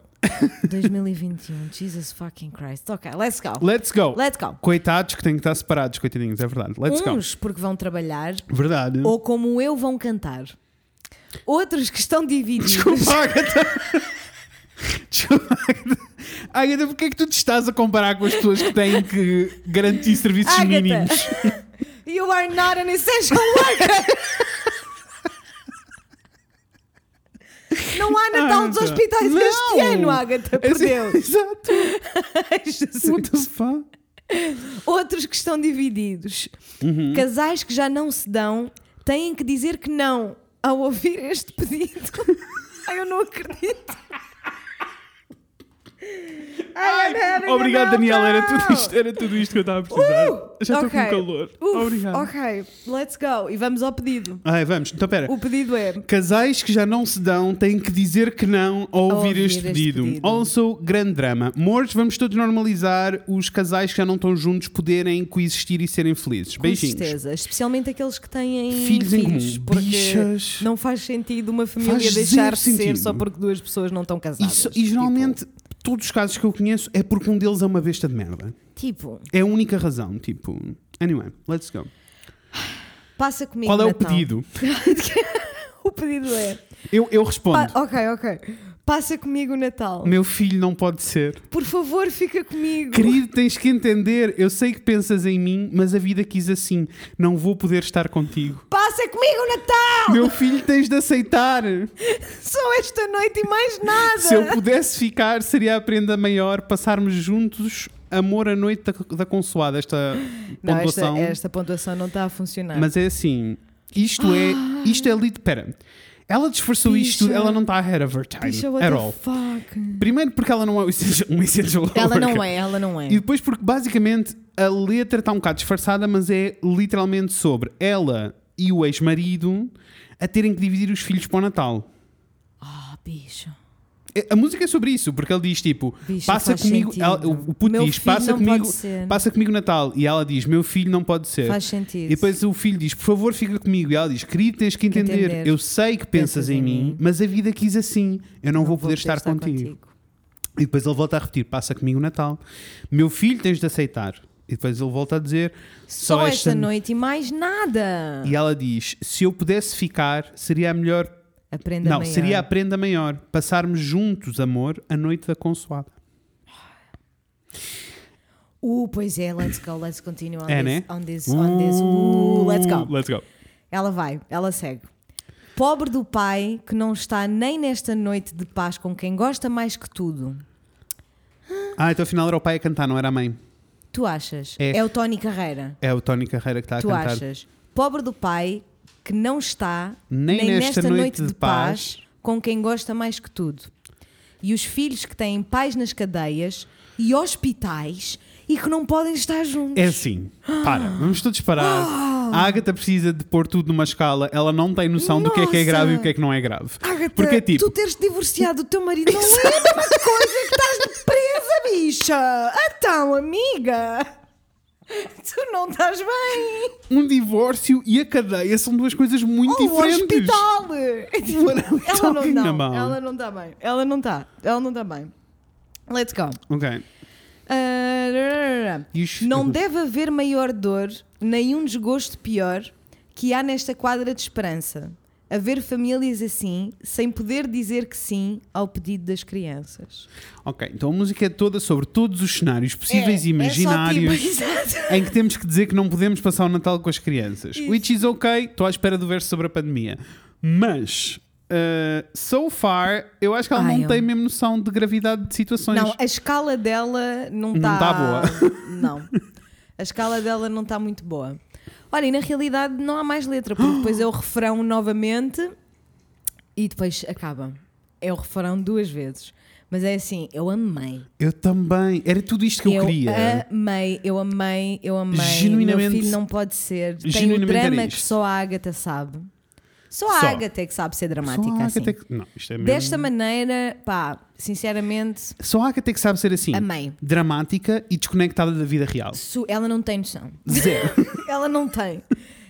2021. Jesus fucking Christ. Ok, let's go.
Let's go.
Let's go.
Coitados que têm que estar separados, coitadinhos, é verdade. Let's
Uns porque vão trabalhar
go. Verdade.
ou como eu vão cantar. Outros que estão divididos.
Desculpa, Agatha. *laughs* Desculpa, Agatha. Agatha, porquê é que tu te estás a comparar com as pessoas que têm que garantir serviços
Agatha.
mínimos?
You are not an essential worker. Não há Natal dos
Ah, Agatha.
hospitais este
Não.
ano, Agatha, por
Assim, *laughs*
Deus.
Exato. What the fuck?
Outros que estão divididos.
Uhum.
Casais que já não se dão têm que dizer que não ao ouvir este
*laughs*
pedido. Ai, eu não acredito. Ai, I'm having a
Obrigado, Daniel. Era tudo,
meltdown.
isto, era tudo isto que eu estava a *laughs* precisar. Já estou
Uh! ok.
com calor.
Uf,
Obrigado.
Ok, let's go. E vamos ao pedido.
Ai, vamos. Então, pera.
O pedido é.
Casais que já não se dão têm que dizer que não ao
Ao
ouvir,
ouvir
este,
este
pedido.
pedido.
Also, grande drama. Mores, vamos todos normalizar os casais que já não estão juntos poderem coexistir e serem felizes.
Com
Beijinhos.
certeza, especialmente aqueles que têm
Filhos em comum.
porque
Bichas.
não faz sentido uma família
Faz
deixar de
zero
ser
sentido.
só porque duas pessoas não estão
E,
casadas.
so- e geralmente, todos os casos que eu conheço é porque um deles é uma besta de merda.
Tipo, tipo,
É a única razão. Tipo, anyway, let's go.
passa comigo.
Qual é o
Natal. *laughs*
pedido?
O pedido é.
Eu, eu respondo.
Pa- ok, ok. Passa comigo o
oh.
Natal.
Meu filho não pode ser.
Por favor, fica comigo.
Querido, tens que entender. Eu sei que pensas em mim, mas a vida quis assim. Não vou poder estar contigo.
Passa comigo o Natal!
Meu filho, tens de aceitar.
Só esta noite e mais nada!
Se eu pudesse ficar, seria a prenda maior. Passarmos juntos, amor à noite da, da consoada. Esta
Não,
pontuação.
esta, esta pontuação não Ah. está a funcionar.
Mas é assim. Isto é. Isto é lido. Pera. Ela disfarçou isto tudo.
Bicha.
Ela não está ahead of her time.
Bicha, what
at
the
all.
fuck?
Primeiro porque ela não é um essential- um essential
ela não
worker.
é, ela não é.
E depois porque basicamente a letra está um bocado disfarçada, mas é literalmente sobre ela e o ex-marido a terem que dividir os filhos para o Natal.
Ah, bicho.
É- A música é sobre isso, porque ele diz tipo,
Bicho,
passa
faz
comigo,
sentido.
ela- o o puto
Meu
diz,
filho
passa
não pode
comigo,
ser.
passa comigo Natal e ela diz, meu filho não pode ser.
Faz sentido.
E depois o filho diz, por favor, fica comigo. E ela diz, querido, tens que entender,
entender.
eu sei que pensas, em mim, mas a vida quis assim, eu não, vou poder, estar, contigo. E depois ele volta a repetir: passa comigo o Natal. Meu filho, tens de aceitar. E depois ele volta a dizer:
Só, esta noite e mais nada.
E ela diz: se eu pudesse ficar, seria a melhor.
Aprenda
não,
maior.
seria a prenda maior. Passarmos juntos, amor, a noite da consoada.
Uh, pois é, let's go, let's continue on this,
É, né?
on this, on this. Uh, let's go.
Let's go.
Ela vai, ela segue. Pobre do pai que não está nem nesta noite de paz com quem gosta mais que tudo.
Ah, então afinal era o pai a cantar, não era a mãe.
Tu achas?
É.
É, o Tony Carreira.
É o Tony Carreira que está a
tu
cantar.
achas? Pobre do pai que não está
Nem
nem, nesta,
nesta
noite,
noite
de,
de
paz, com quem gosta mais que tudo. E os filhos que têm pais nas cadeias e hospitais e que não podem estar juntos.
É assim, para, vamos
*gasps*
todos parar. A Agatha precisa de pôr tudo numa escala, ela não tem noção do que é que é
Nossa!
grave e o que é que não é grave.
Agatha,
Porque é tipo,
tu teres divorciado do teu marido não é a mesma coisa que estás presa, bicha. Então, amiga, tu não estás bem.
um divórcio e a cadeia são duas coisas muito
Ou Oh, o
diferentes. um
hospital.
What are we
Ela não,
talking
não,
about?
ela não está bem. Ela não está. Ela não está bem. Let's go.
Ok.
Ah,
E os-
Não deve haver maior dor, nenhum desgosto pior que há nesta quadra de esperança. Haver famílias assim, sem poder dizer que sim ao pedido das crianças.
Ok, então a música é toda sobre todos os cenários possíveis e
É, é só tipo, *laughs*
imaginários
exato.
em que temos que dizer que não podemos passar o Natal com as crianças.
Isso.
Which is ok, estou à espera do verso sobre a pandemia. Mas, uh, so far, eu acho que ela
Ai,
não
eu-
tem mesmo noção de gravidade de situações.
Não, é- a escala dela não está.
tá boa.
*laughs* Não. A escala dela não está muito
*gasps*
boa. Olha, e na realidade não há mais letra, porque depois é o refrão novamente E depois acaba. É o refrão duas vezes. Mas é assim, eu amei.
Eu também. Era tudo isto que eu, queria.
amei, eu amei, eu amei.
Genuinamente-
Meu filho não pode ser. Tem o
Genuinamente era
drama
isto.
que só a Ágata sabe. Só a
Só.
Ágata é que sabe ser dramática
Só há
assim.
até que... Não, isto é mesmo...
Desta maneira, pá, sinceramente,
Só há que até que sabe ser assim.
Amei.
Dramática e desconectada da vida real.
su- ela não tem noção.
Zero.
*laughs* Ela não tem.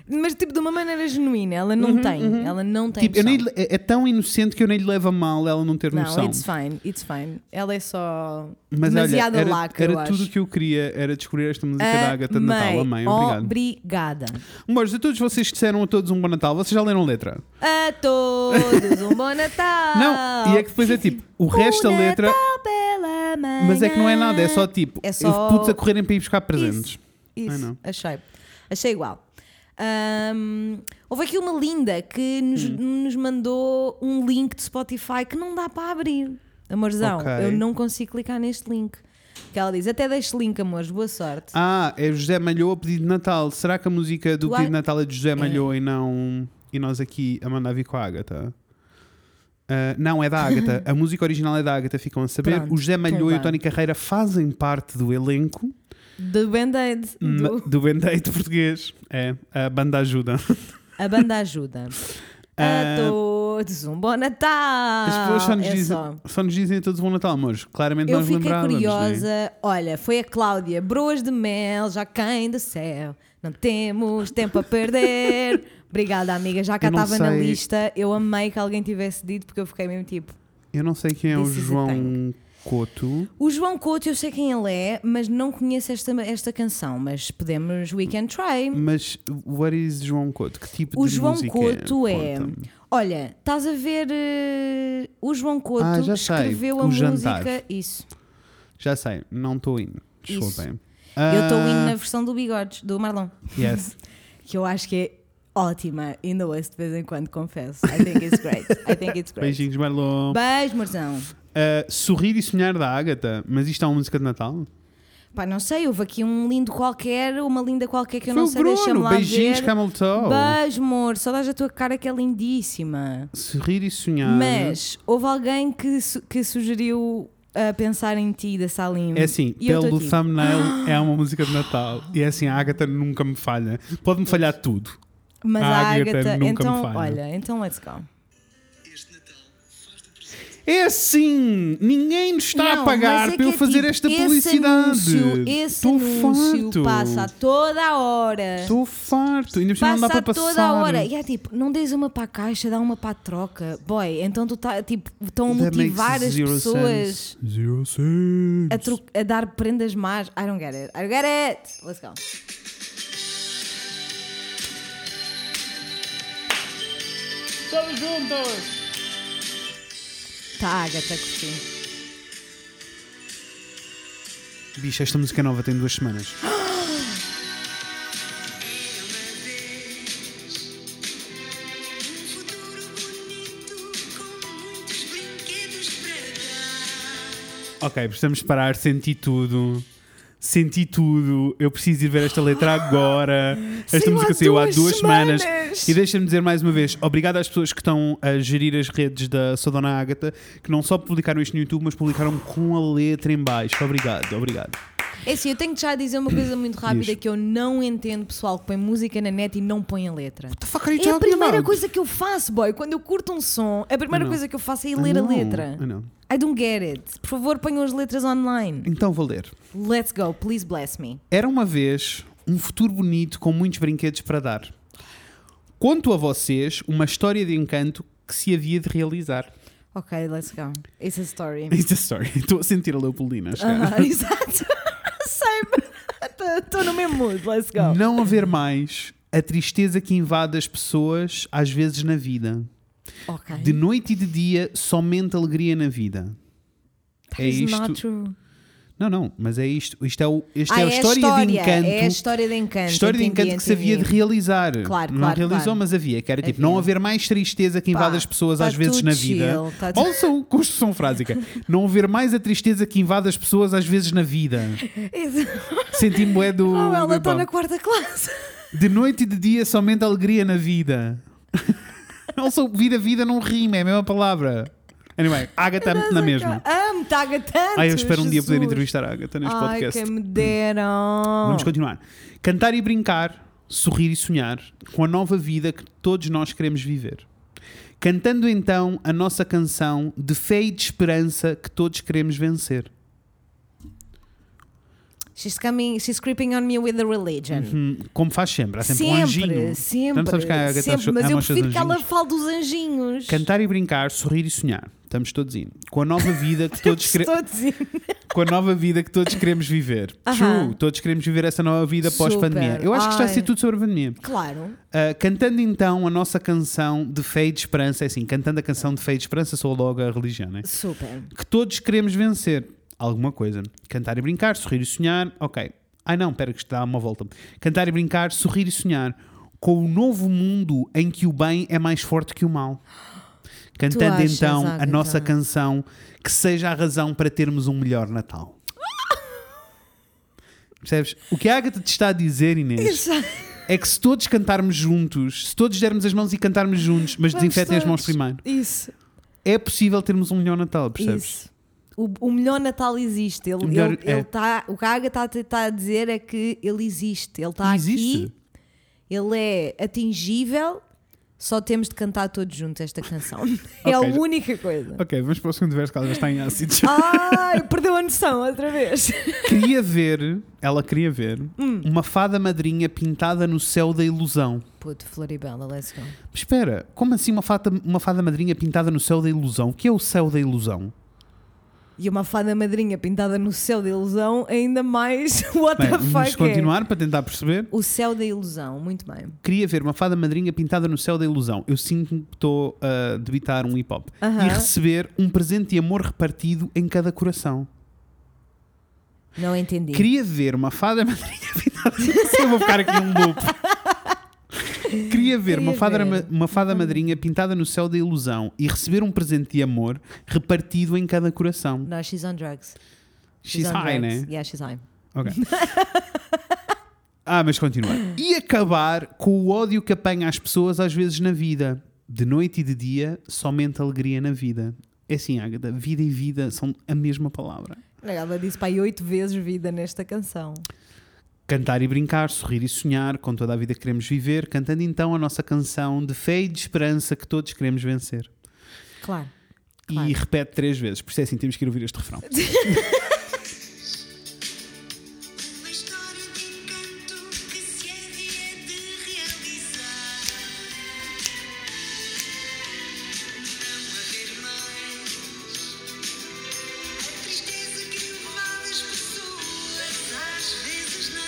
Mas tipo de uma maneira genuína, ela não tem. Ela não tem
Uhum, tipo, eu
noção.
nem lhe- é é tão inocente que eu nem lhe levo a mal ela não ter
Não,
noção.
it's fine, it's fine. Ela é só
Mas
demasiado
olha, era,
laca,
era
eu
tudo
acho. Ah,
o que eu queria, era descobrir esta música da Agatha de Natal. Amém, obrigado.
Obrigada.
Amores, a todos vocês que disseram a todos um bom Natal, vocês já leram a letra?
A todos um bom Natal.
Não, e é que depois é tipo, o resto da letra, mas é que não é nada, é só tipo,
É só-
putos a correrem para ir buscar presentes.
Isso,
Ai, não.
achei. Achei igual. Ahm, houve aqui uma linda que nos,
Hum.
nos mandou um link de Spotify que não dá para abrir. Amorzão,
Ok.
eu não consigo clicar neste link. Que ela diz: Até deixe link, amores, boa sorte.
Ah, é José Malhou a pedido de Natal. Será que a música do
Tu
pedido
a-
de Natal é de José Malhou e não. E nós aqui a mandar vir com a Ágata? Ah, não, é da
*laughs*
Ágata. A música original é da Ágata, ficam a saber.
Pronto,
o José Malhou
tudo
e o
bem.
Tony Carreira fazem parte do elenco
Do Band-Aid.
ma-
do-
do Band-Aid português. É, a banda ajuda.
A banda ajuda. A
*laughs* Ah.
todos um bom Natal.
As pessoas só nos,
É
dizem,
só.
só nos dizem a todos um bom Natal, amores. Claramente
Eu
nós
fiquei
lembrávamos. né?
curiosa. Olha, foi a Cláudia. Broas de mel, já caem do céu. Não temos tempo a
*laughs*
perder. Obrigada, amiga. Já cá
Eu não
estava na
sei-
lista. Eu amei que alguém tivesse dito, porque eu fiquei mesmo tipo.
Eu não sei quem é
This
o
is a
João Coto.
O João Couto, eu sei quem ele é, mas não conheço esta, esta canção. Mas podemos. We can try.
Mas what is João Couto? Que tipo
O
Hum, de
João
música
Couto é.
Conta-me.
Olha, estás a ver. eh, o João Couto
Ah, já sei.
escreveu a
O
música.
Jantar.
Isso.
Já sei, não estou indo. Desculpem.
Eu estou
Ah,
indo na versão do Bigodes, do Marlon. *laughs*
*laughs* Yes.
Que eu acho que é ótima. Ainda ouço de vez em quando, confesso. I think it's great. I think it's great.
Beijinhos, Marlon.
Beijo, Marzão.
Ah, sorrir e sonhar da Ágata, mas isto é uma música de Natal?
Pá, não sei, houve aqui um lindo qualquer, uma linda qualquer que eu
Foi
não
o
sei, deixa-me
Bruno.
lá
Beijinhos,
ver.
Camel Toe.
Beijo, amor. Saudades da tua cara que é lindíssima.
Sorrir e sonhar.
Mas houve alguém que, su- que sugeriu a pensar em ti da Salim.
É assim,
E eu tô tipo,
pelo
aqui. *gasps*
thumbnail é uma música de Natal. E é assim, a Ágata nunca me falha. Pode-me falhar tudo.
Mas
a
a
Ágata
Agatha,
nunca me
então,
falha.
olha, então let's go.
É assim, ninguém nos está
Não,
a pagar
mas é
para eu
que é
fazer
tipo,
esta
esse
publicidade.
Anúncio, esse
Tô
anúncio
farto.
passa a toda a hora.
Estou farto. Ainda por cima
Passa
não dá para
a
passar.
toda a hora. E é tipo, não dês uma para a caixa, dá uma para a troca. Boy, então tu tá, tipo, estão a
That makes
motivar as
zero
pessoas
sense. Zero sense.
a, tro- a dar prendas más. I don't get it. I don't get it. Let's go.
Estamos juntos!
Tá, Agatha, curti.
Bicho, esta música nova tem duas semanas.
Um futuro bonito com muitos brinquedos para
Ok, precisamos parar, senti tudo. Senti tudo. Eu preciso ir ver esta
*gasps*
letra agora. Esta
Saiu
música
há
saiu há
duas
duas semanas.
semanas.
E deixa-me dizer mais uma vez, obrigado às pessoas que estão a gerir as redes da Sou Dona Ágata, que não só publicaram isto no YouTube, mas publicaram com a letra em baixo. Obrigado, obrigado.
É assim, eu tenho que já dizer uma coisa muito rápida
Diz.
que eu não entendo pessoal que põe música na net e não põe a letra. É
talking
a primeira
about?
coisa que eu faço, boy. Quando eu curto um som, a primeira
know.
coisa que eu faço é ir
I
ler a
know,
letra.
I know.
I don't get it. Por favor, ponham as letras online.
Então vou ler.
Let's go. Please bless me.
Era uma vez um futuro bonito com muitos brinquedos para dar. Conto a vocês uma história de encanto que se havia de realizar.
Ok, let's go. It's a story.
It's a story. *laughs* Estou a sentir a Leopoldina. a chegar.
Ah, *laughs* exato. Sei, estou no mesmo mood. Let's go.
Não haver mais a tristeza que invade as pessoas, às vezes na vida.
Ok.
De noite e de dia, somente alegria na vida.
That
É
is
isto.
not true.
Não, não, mas é isto. Isto é, o, isto
Ah,
é a história, de encanto.
É a história de encanto.
História de
entendi,
encanto que se havia de
entendi.
realizar.
Claro,
não
claro,
realizou,
claro.
mas havia. Que era tipo,
Havia.
não haver mais tristeza que invade as pessoas
tá
às vezes
tudo
na
chill,
vida.
tá tudo-
Ouçam, *laughs* construção frásica. não haver mais a tristeza que invade as pessoas às vezes na vida.
*laughs*
Senti-me é do.
Oh, ela
do
está
pão.
na quarta classe.
De noite e de dia, somente alegria na vida. *laughs* Não sou vida, vida não rima, é a mesma palavra. Anyway, Agatha
é
na mesma.
Amo-te, Agatha!
Ai, eu espero um dia poder entrevistar a Agatha neste
tá, é. Ai,
podcast.
que me deram!
Vamos continuar. Cantar e brincar, sorrir e sonhar com a nova vida que todos nós queremos viver. Cantando então a nossa canção de fé e de esperança que todos queremos vencer.
She's coming, she's creeping on me with a religion.
Hum, Como faz sempre, há sempre, um
Sempre,
anjinho.
sempre,
Não sabes que a Agatha
sempre. Mas
ama
eu
os seus
prefiro que ela
anjinhos?
fale dos anjinhos.
Cantar e brincar, sorrir e sonhar. Estamos todos indo. Com a nova
*laughs*
vida que todos queremos.
Estou a dizer.
com a nova vida que todos queremos viver.
Aham.
True, todos queremos viver essa nova vida
Super.
pós-pandemia. Eu acho que isto vai
Ai.
ser tudo sobre a pandemia.
Claro.
Ah, cantando então a nossa canção de fé e de esperança, é assim, cantando a canção de fé e de esperança, sou logo a religião, né?
Super.
Que todos queremos vencer alguma coisa. Cantar e brincar, sorrir e sonhar, ok. Ai não, pera que isto dá uma volta. Cantar e brincar, sorrir e sonhar com o novo mundo em que o bem é mais forte que o mal. Cantando
achas,
então a
Agatha?
nossa canção que seja a razão para termos um melhor Natal. Percebes? O que a Agatha te está a dizer, Inês, é que se todos cantarmos juntos, se todos dermos as mãos e cantarmos juntos, mas
Vamos
desinfetem as mãos
todos.
primeiro,
Isso,
é possível termos um melhor Natal, percebes?
isso. O, o melhor Natal existe. Ele,
O melhor-
ele,
é.
ele tá, o que a Agatha está a dizer é que ele existe. Ele está
Existe.
aqui, ele é atingível. Só temos de cantar todos juntos esta canção. *laughs* É a
Ok, já-
única coisa.
Ok, vamos para o segundo verso que ela já está em ácidos.
Ah. Ai, perdeu a noção outra vez. *laughs*
queria ver, ela queria ver,
Hum.
uma fada madrinha pintada no céu da ilusão.
Puto, Floribela, let's go.
Mas espera, como assim uma fada, uma fada madrinha pintada no céu da ilusão? O que é o céu da ilusão?
E uma fada madrinha pintada no céu da ilusão, ainda mais. *laughs* What
Bem,
the
vamos
fuck? É?
continuar para tentar perceber.
O céu da ilusão, muito bem.
Queria ver uma fada madrinha pintada no céu da ilusão. Eu sinto que estou a debitar um hip hop.
Aham.
E receber um presente de amor repartido em cada coração.
Não entendi.
Queria ver uma fada *laughs* madrinha pintada. Não sei, eu vou ficar aqui um loop. Queria ver, uma,
Queria
fada,
ver. Uhum.
uma fada madrinha pintada no céu da ilusão e receber um presente de amor repartido em cada coração.
Não, she's on drugs.
She's high,
drugs.
né?
Yeah, she's high. *laughs*
Ok. ah, mas continua. E acabar com o ódio que apanha as pessoas às vezes na vida. De noite e de dia, somente alegria na vida. É assim, Agatha, vida e vida são a mesma palavra.
Ela disse para aí oito vezes vida nesta canção.
Cantar e brincar, sorrir e sonhar com toda a vida que queremos viver, cantando então a nossa canção de fé e de esperança que todos queremos vencer.
Claro.
E
Claro.
repete três vezes, por isso é assim, temos que ir ouvir este refrão.
Uma história de encanto que se havia de realizar. Não haver mais a tristeza que invade as pessoas às vezes na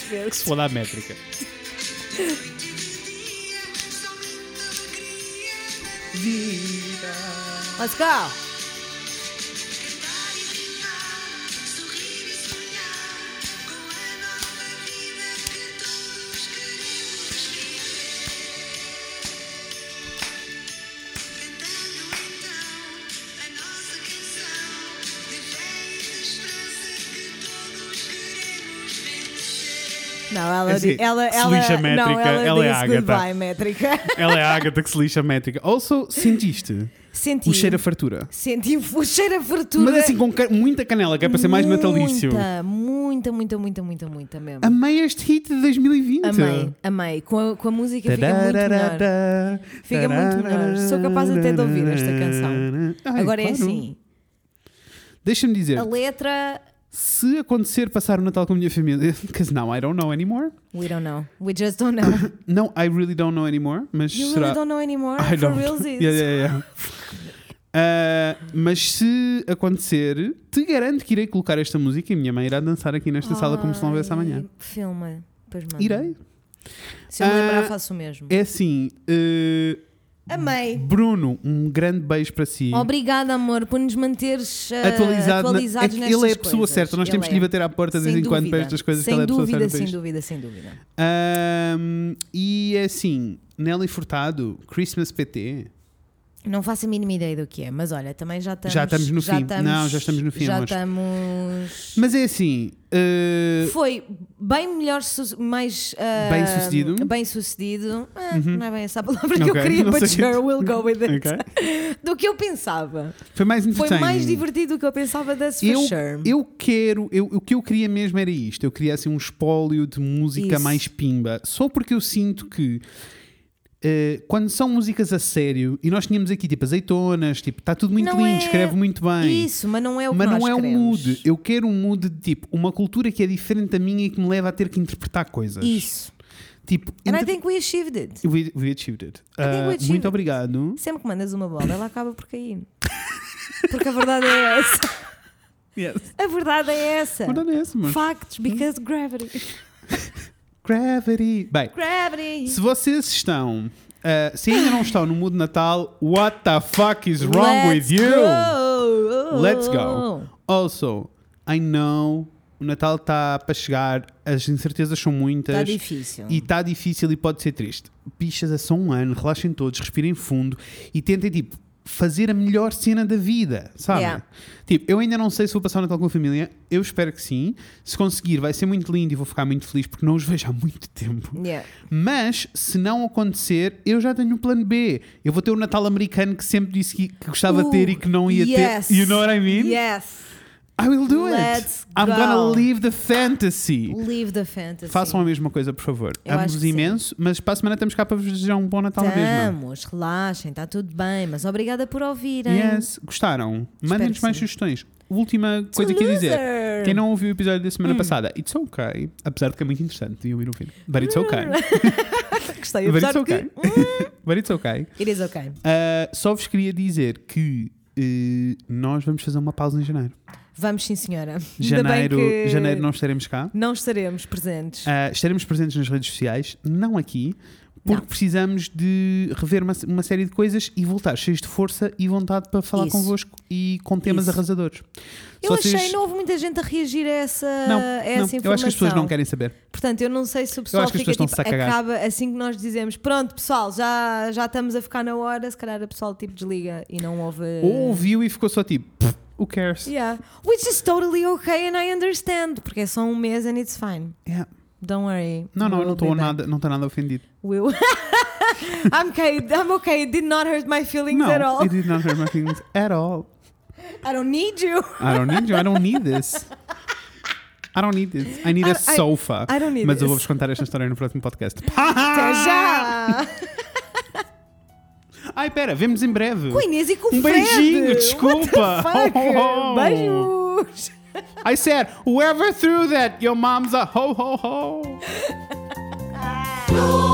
vida.
Vou dar a métrica.
Noite de dia, somente alegria na
Let's go!
Cantar e brincar, sorrir e sonhar com a nova vida que todos queremos viver. Cantando então a nossa canção de fé e de esperança que todos queremos vencer.
Não, ela
É assim,
di- ela,
se
ela,
lixa a métrica,
não, ela,
ela é
disse
a Agatha.
goodbye,
*laughs*
métrica.
Ela é a Agatha que se lixa a métrica. Also, sentiste
Senti.
o cheiro a fartura.
Senti o cheiro a fartura.
Mas assim, com ca- muita canela, que é para ser mais natalício.
é Muita, muita, muita, muita, muita, muita mesmo.
Amei este hit de 2020.
Amei, amei. Com a, com a música fica muito melhor.
Tadararada,
Fica muito melhor. Sou capaz até de ouvir esta canção.
Ai,
Agora é
claro.
assim:
Deixa-me dizer.
a letra.
Se acontecer passar o Natal com a minha família, *laughs* because now I don't know anymore.
We don't know. We just don't
*laughs*
know.
Não, I really don't know anymore, mas
You really
será.
don't know anymore?
*laughs* I
For
don't.
realsies.
Yeah, yeah, yeah. Ah, mas se acontecer, te garanto que irei colocar esta música e minha mãe irá dançar aqui nesta sala como se não houvesse amanhã.
Ai, Filma. Pois manda.
Irei.
Se eu me lembrar,
Ah,
faço o mesmo.
É assim, eh,
Amei.
Bruno, um grande beijo para si.
Obrigada, amor, por nos manteres ah,
Atualizado. na- é
atualizados
que
nestas
ele é a pessoa
coisas.
certa, nós
Ele
temos que lhe
é.
bater à porta de
Sem
vez em quando para
dúvida.
estas coisas,
sem
que ele é a pessoa
dúvida,
certa. para
Sem
isto.
dúvida, sem dúvida.
Ahm, e é assim, Nelly Furtado, Christmas PT.
Não faço a mínima ideia do que é, mas olha, também já estamos.
Já estamos no fim. Não, já estamos no fim,
Já
eu acho.
estamos.
Mas é assim. eh,
Foi bem melhor, su- mais. ah,
Bem-sucedido. Uhum.
Bem-sucedido. Ah, Não é bem essa a palavra que eu
Ok,
queria,
não
but
sei.
sure, we'll go with it.
ok.
*laughs* Do que eu pensava.
Foi mais
Foi
interessante.
mais divertido do que eu pensava, that's for
Eu,
sure.
eu quero, eu, o que eu queria mesmo era isto. Eu queria assim um espólio de música
Isso.
mais pimba. Só porque eu sinto que eh, quando são músicas a sério, e nós tínhamos aqui tipo azeitonas, tipo, está tudo muito
Não
lindo,
é
escreve muito bem.
Isso, mas não é o que
Mas
nós
não é um
queremos.
mood. Eu quero um mood de tipo uma cultura que é diferente da minha e que me leva a ter que interpretar coisas.
Isso.
Tipo,
And I
inter-
think we achieved it.
we, we achieved it.
think we
Ah,
achieved
muito
it.
obrigado.
Sempre que mandas uma bola, ela acaba por cair. Porque a verdade é essa.
Yes.
A verdade é essa.
Mandando esse, mano.
Facts, because gravity.
Gravity. Bem,
Gravity.
Se vocês estão, uh, se ainda não estão no mundo de Natal, what the fuck is wrong
Let's
with you?
go.
Let's go.
Oh.
Also, I know o Natal está para chegar, as incertezas são muitas.
Está Tá difícil.
E está difícil e pode ser triste. Bichas, é só um ano, relaxem todos, respirem fundo e tentem, tipo, fazer a melhor cena da vida, sabe?
Yeah.
Tipo, eu ainda não sei se vou passar o Natal com a família, eu espero que sim. Se conseguir, vai ser muito lindo e vou ficar muito feliz porque não os vejo há muito tempo.
Yeah.
Mas se não acontecer, eu já tenho um plano B. Eu vou ter o Natal americano que sempre disse que, que gostava de
Ooh,
ter e que não ia
yes.
ter. You know what I mean?
Yes.
I will do
Let's
it. I'm gonna
go.
leave the fantasy.
Live the fantasy.
Façam a mesma coisa, por favor.
Eu acho
Amo-vos
que sim.
imenso, mas para a semana estamos cá para vos desejar um bom Natal mesmo.
Estamos, relaxem, está tudo bem, mas obrigada por ouvirem.
Yes, gostaram? Mandem-nos
que
mais
sim.
sugestões. Última coisa que eu ia dizer.
Loser. Hum.
Quem não ouviu o episódio da semana passada, it's okay. Apesar de que é muito interessante, deviam ir ouvir. But it's okay.
*laughs* Gostei,
But
apesar
it's
de
okay.
que...
But it's okay.
It is okay.
Uh, só vos queria dizer que uh, nós vamos fazer uma pausa em janeiro.
Vamos sim, senhora. Ainda bem
Janeiro,
que
janeiro não estaremos cá.
não estaremos presentes.
Uh, estaremos presentes nas redes sociais, não aqui, porque
Não.
precisamos de rever uma, uma série de coisas e voltar cheios de força e vontade para falar
Isso.
convosco e com temas
Isso.
arrasadores.
eu
Se
achei,
vocês-
não houve muita gente a reagir a essa,
Não,
a essa
não,
informação.
eu acho que as pessoas não querem saber.
Portanto, eu não sei se o pessoal
acho que as
fica
pessoas
tipo,
estão-se a cagar.
acaba assim que nós dizemos, pronto, pessoal, já, já estamos a ficar na hora, se calhar o pessoal tipo desliga e não ouve.
Ou ouviu e ficou só tipo, "Pff, who cares?
Yeah. Which is totally okay and I understand, porque é só um mês and it's fine.
Yeah.
Don't worry.
Não, não,
We'll
eu não
be
estou
back.
nada, não estou nada ofendido.
Will. *laughs* I'm okay. I'm okay. It did not hurt my feelings
Não,
at all.
it did not hurt my feelings at all.
I don't need you.
I don't need you. I don't need this. I don't need this. I need
I-
a
I-
sofa.
I don't need
Mas eu
this.
vou-vos contar esta história no próximo podcast.
*laughs* Até já!
Ai, pera, vemos em breve.
Com a Inês e com o
Um
Fred.
beijinho,
What the
desculpa.
fuck?
*laughs* Oh.
Beijos!
I said, whoever threw that, your mom's a ho ho ho.
Who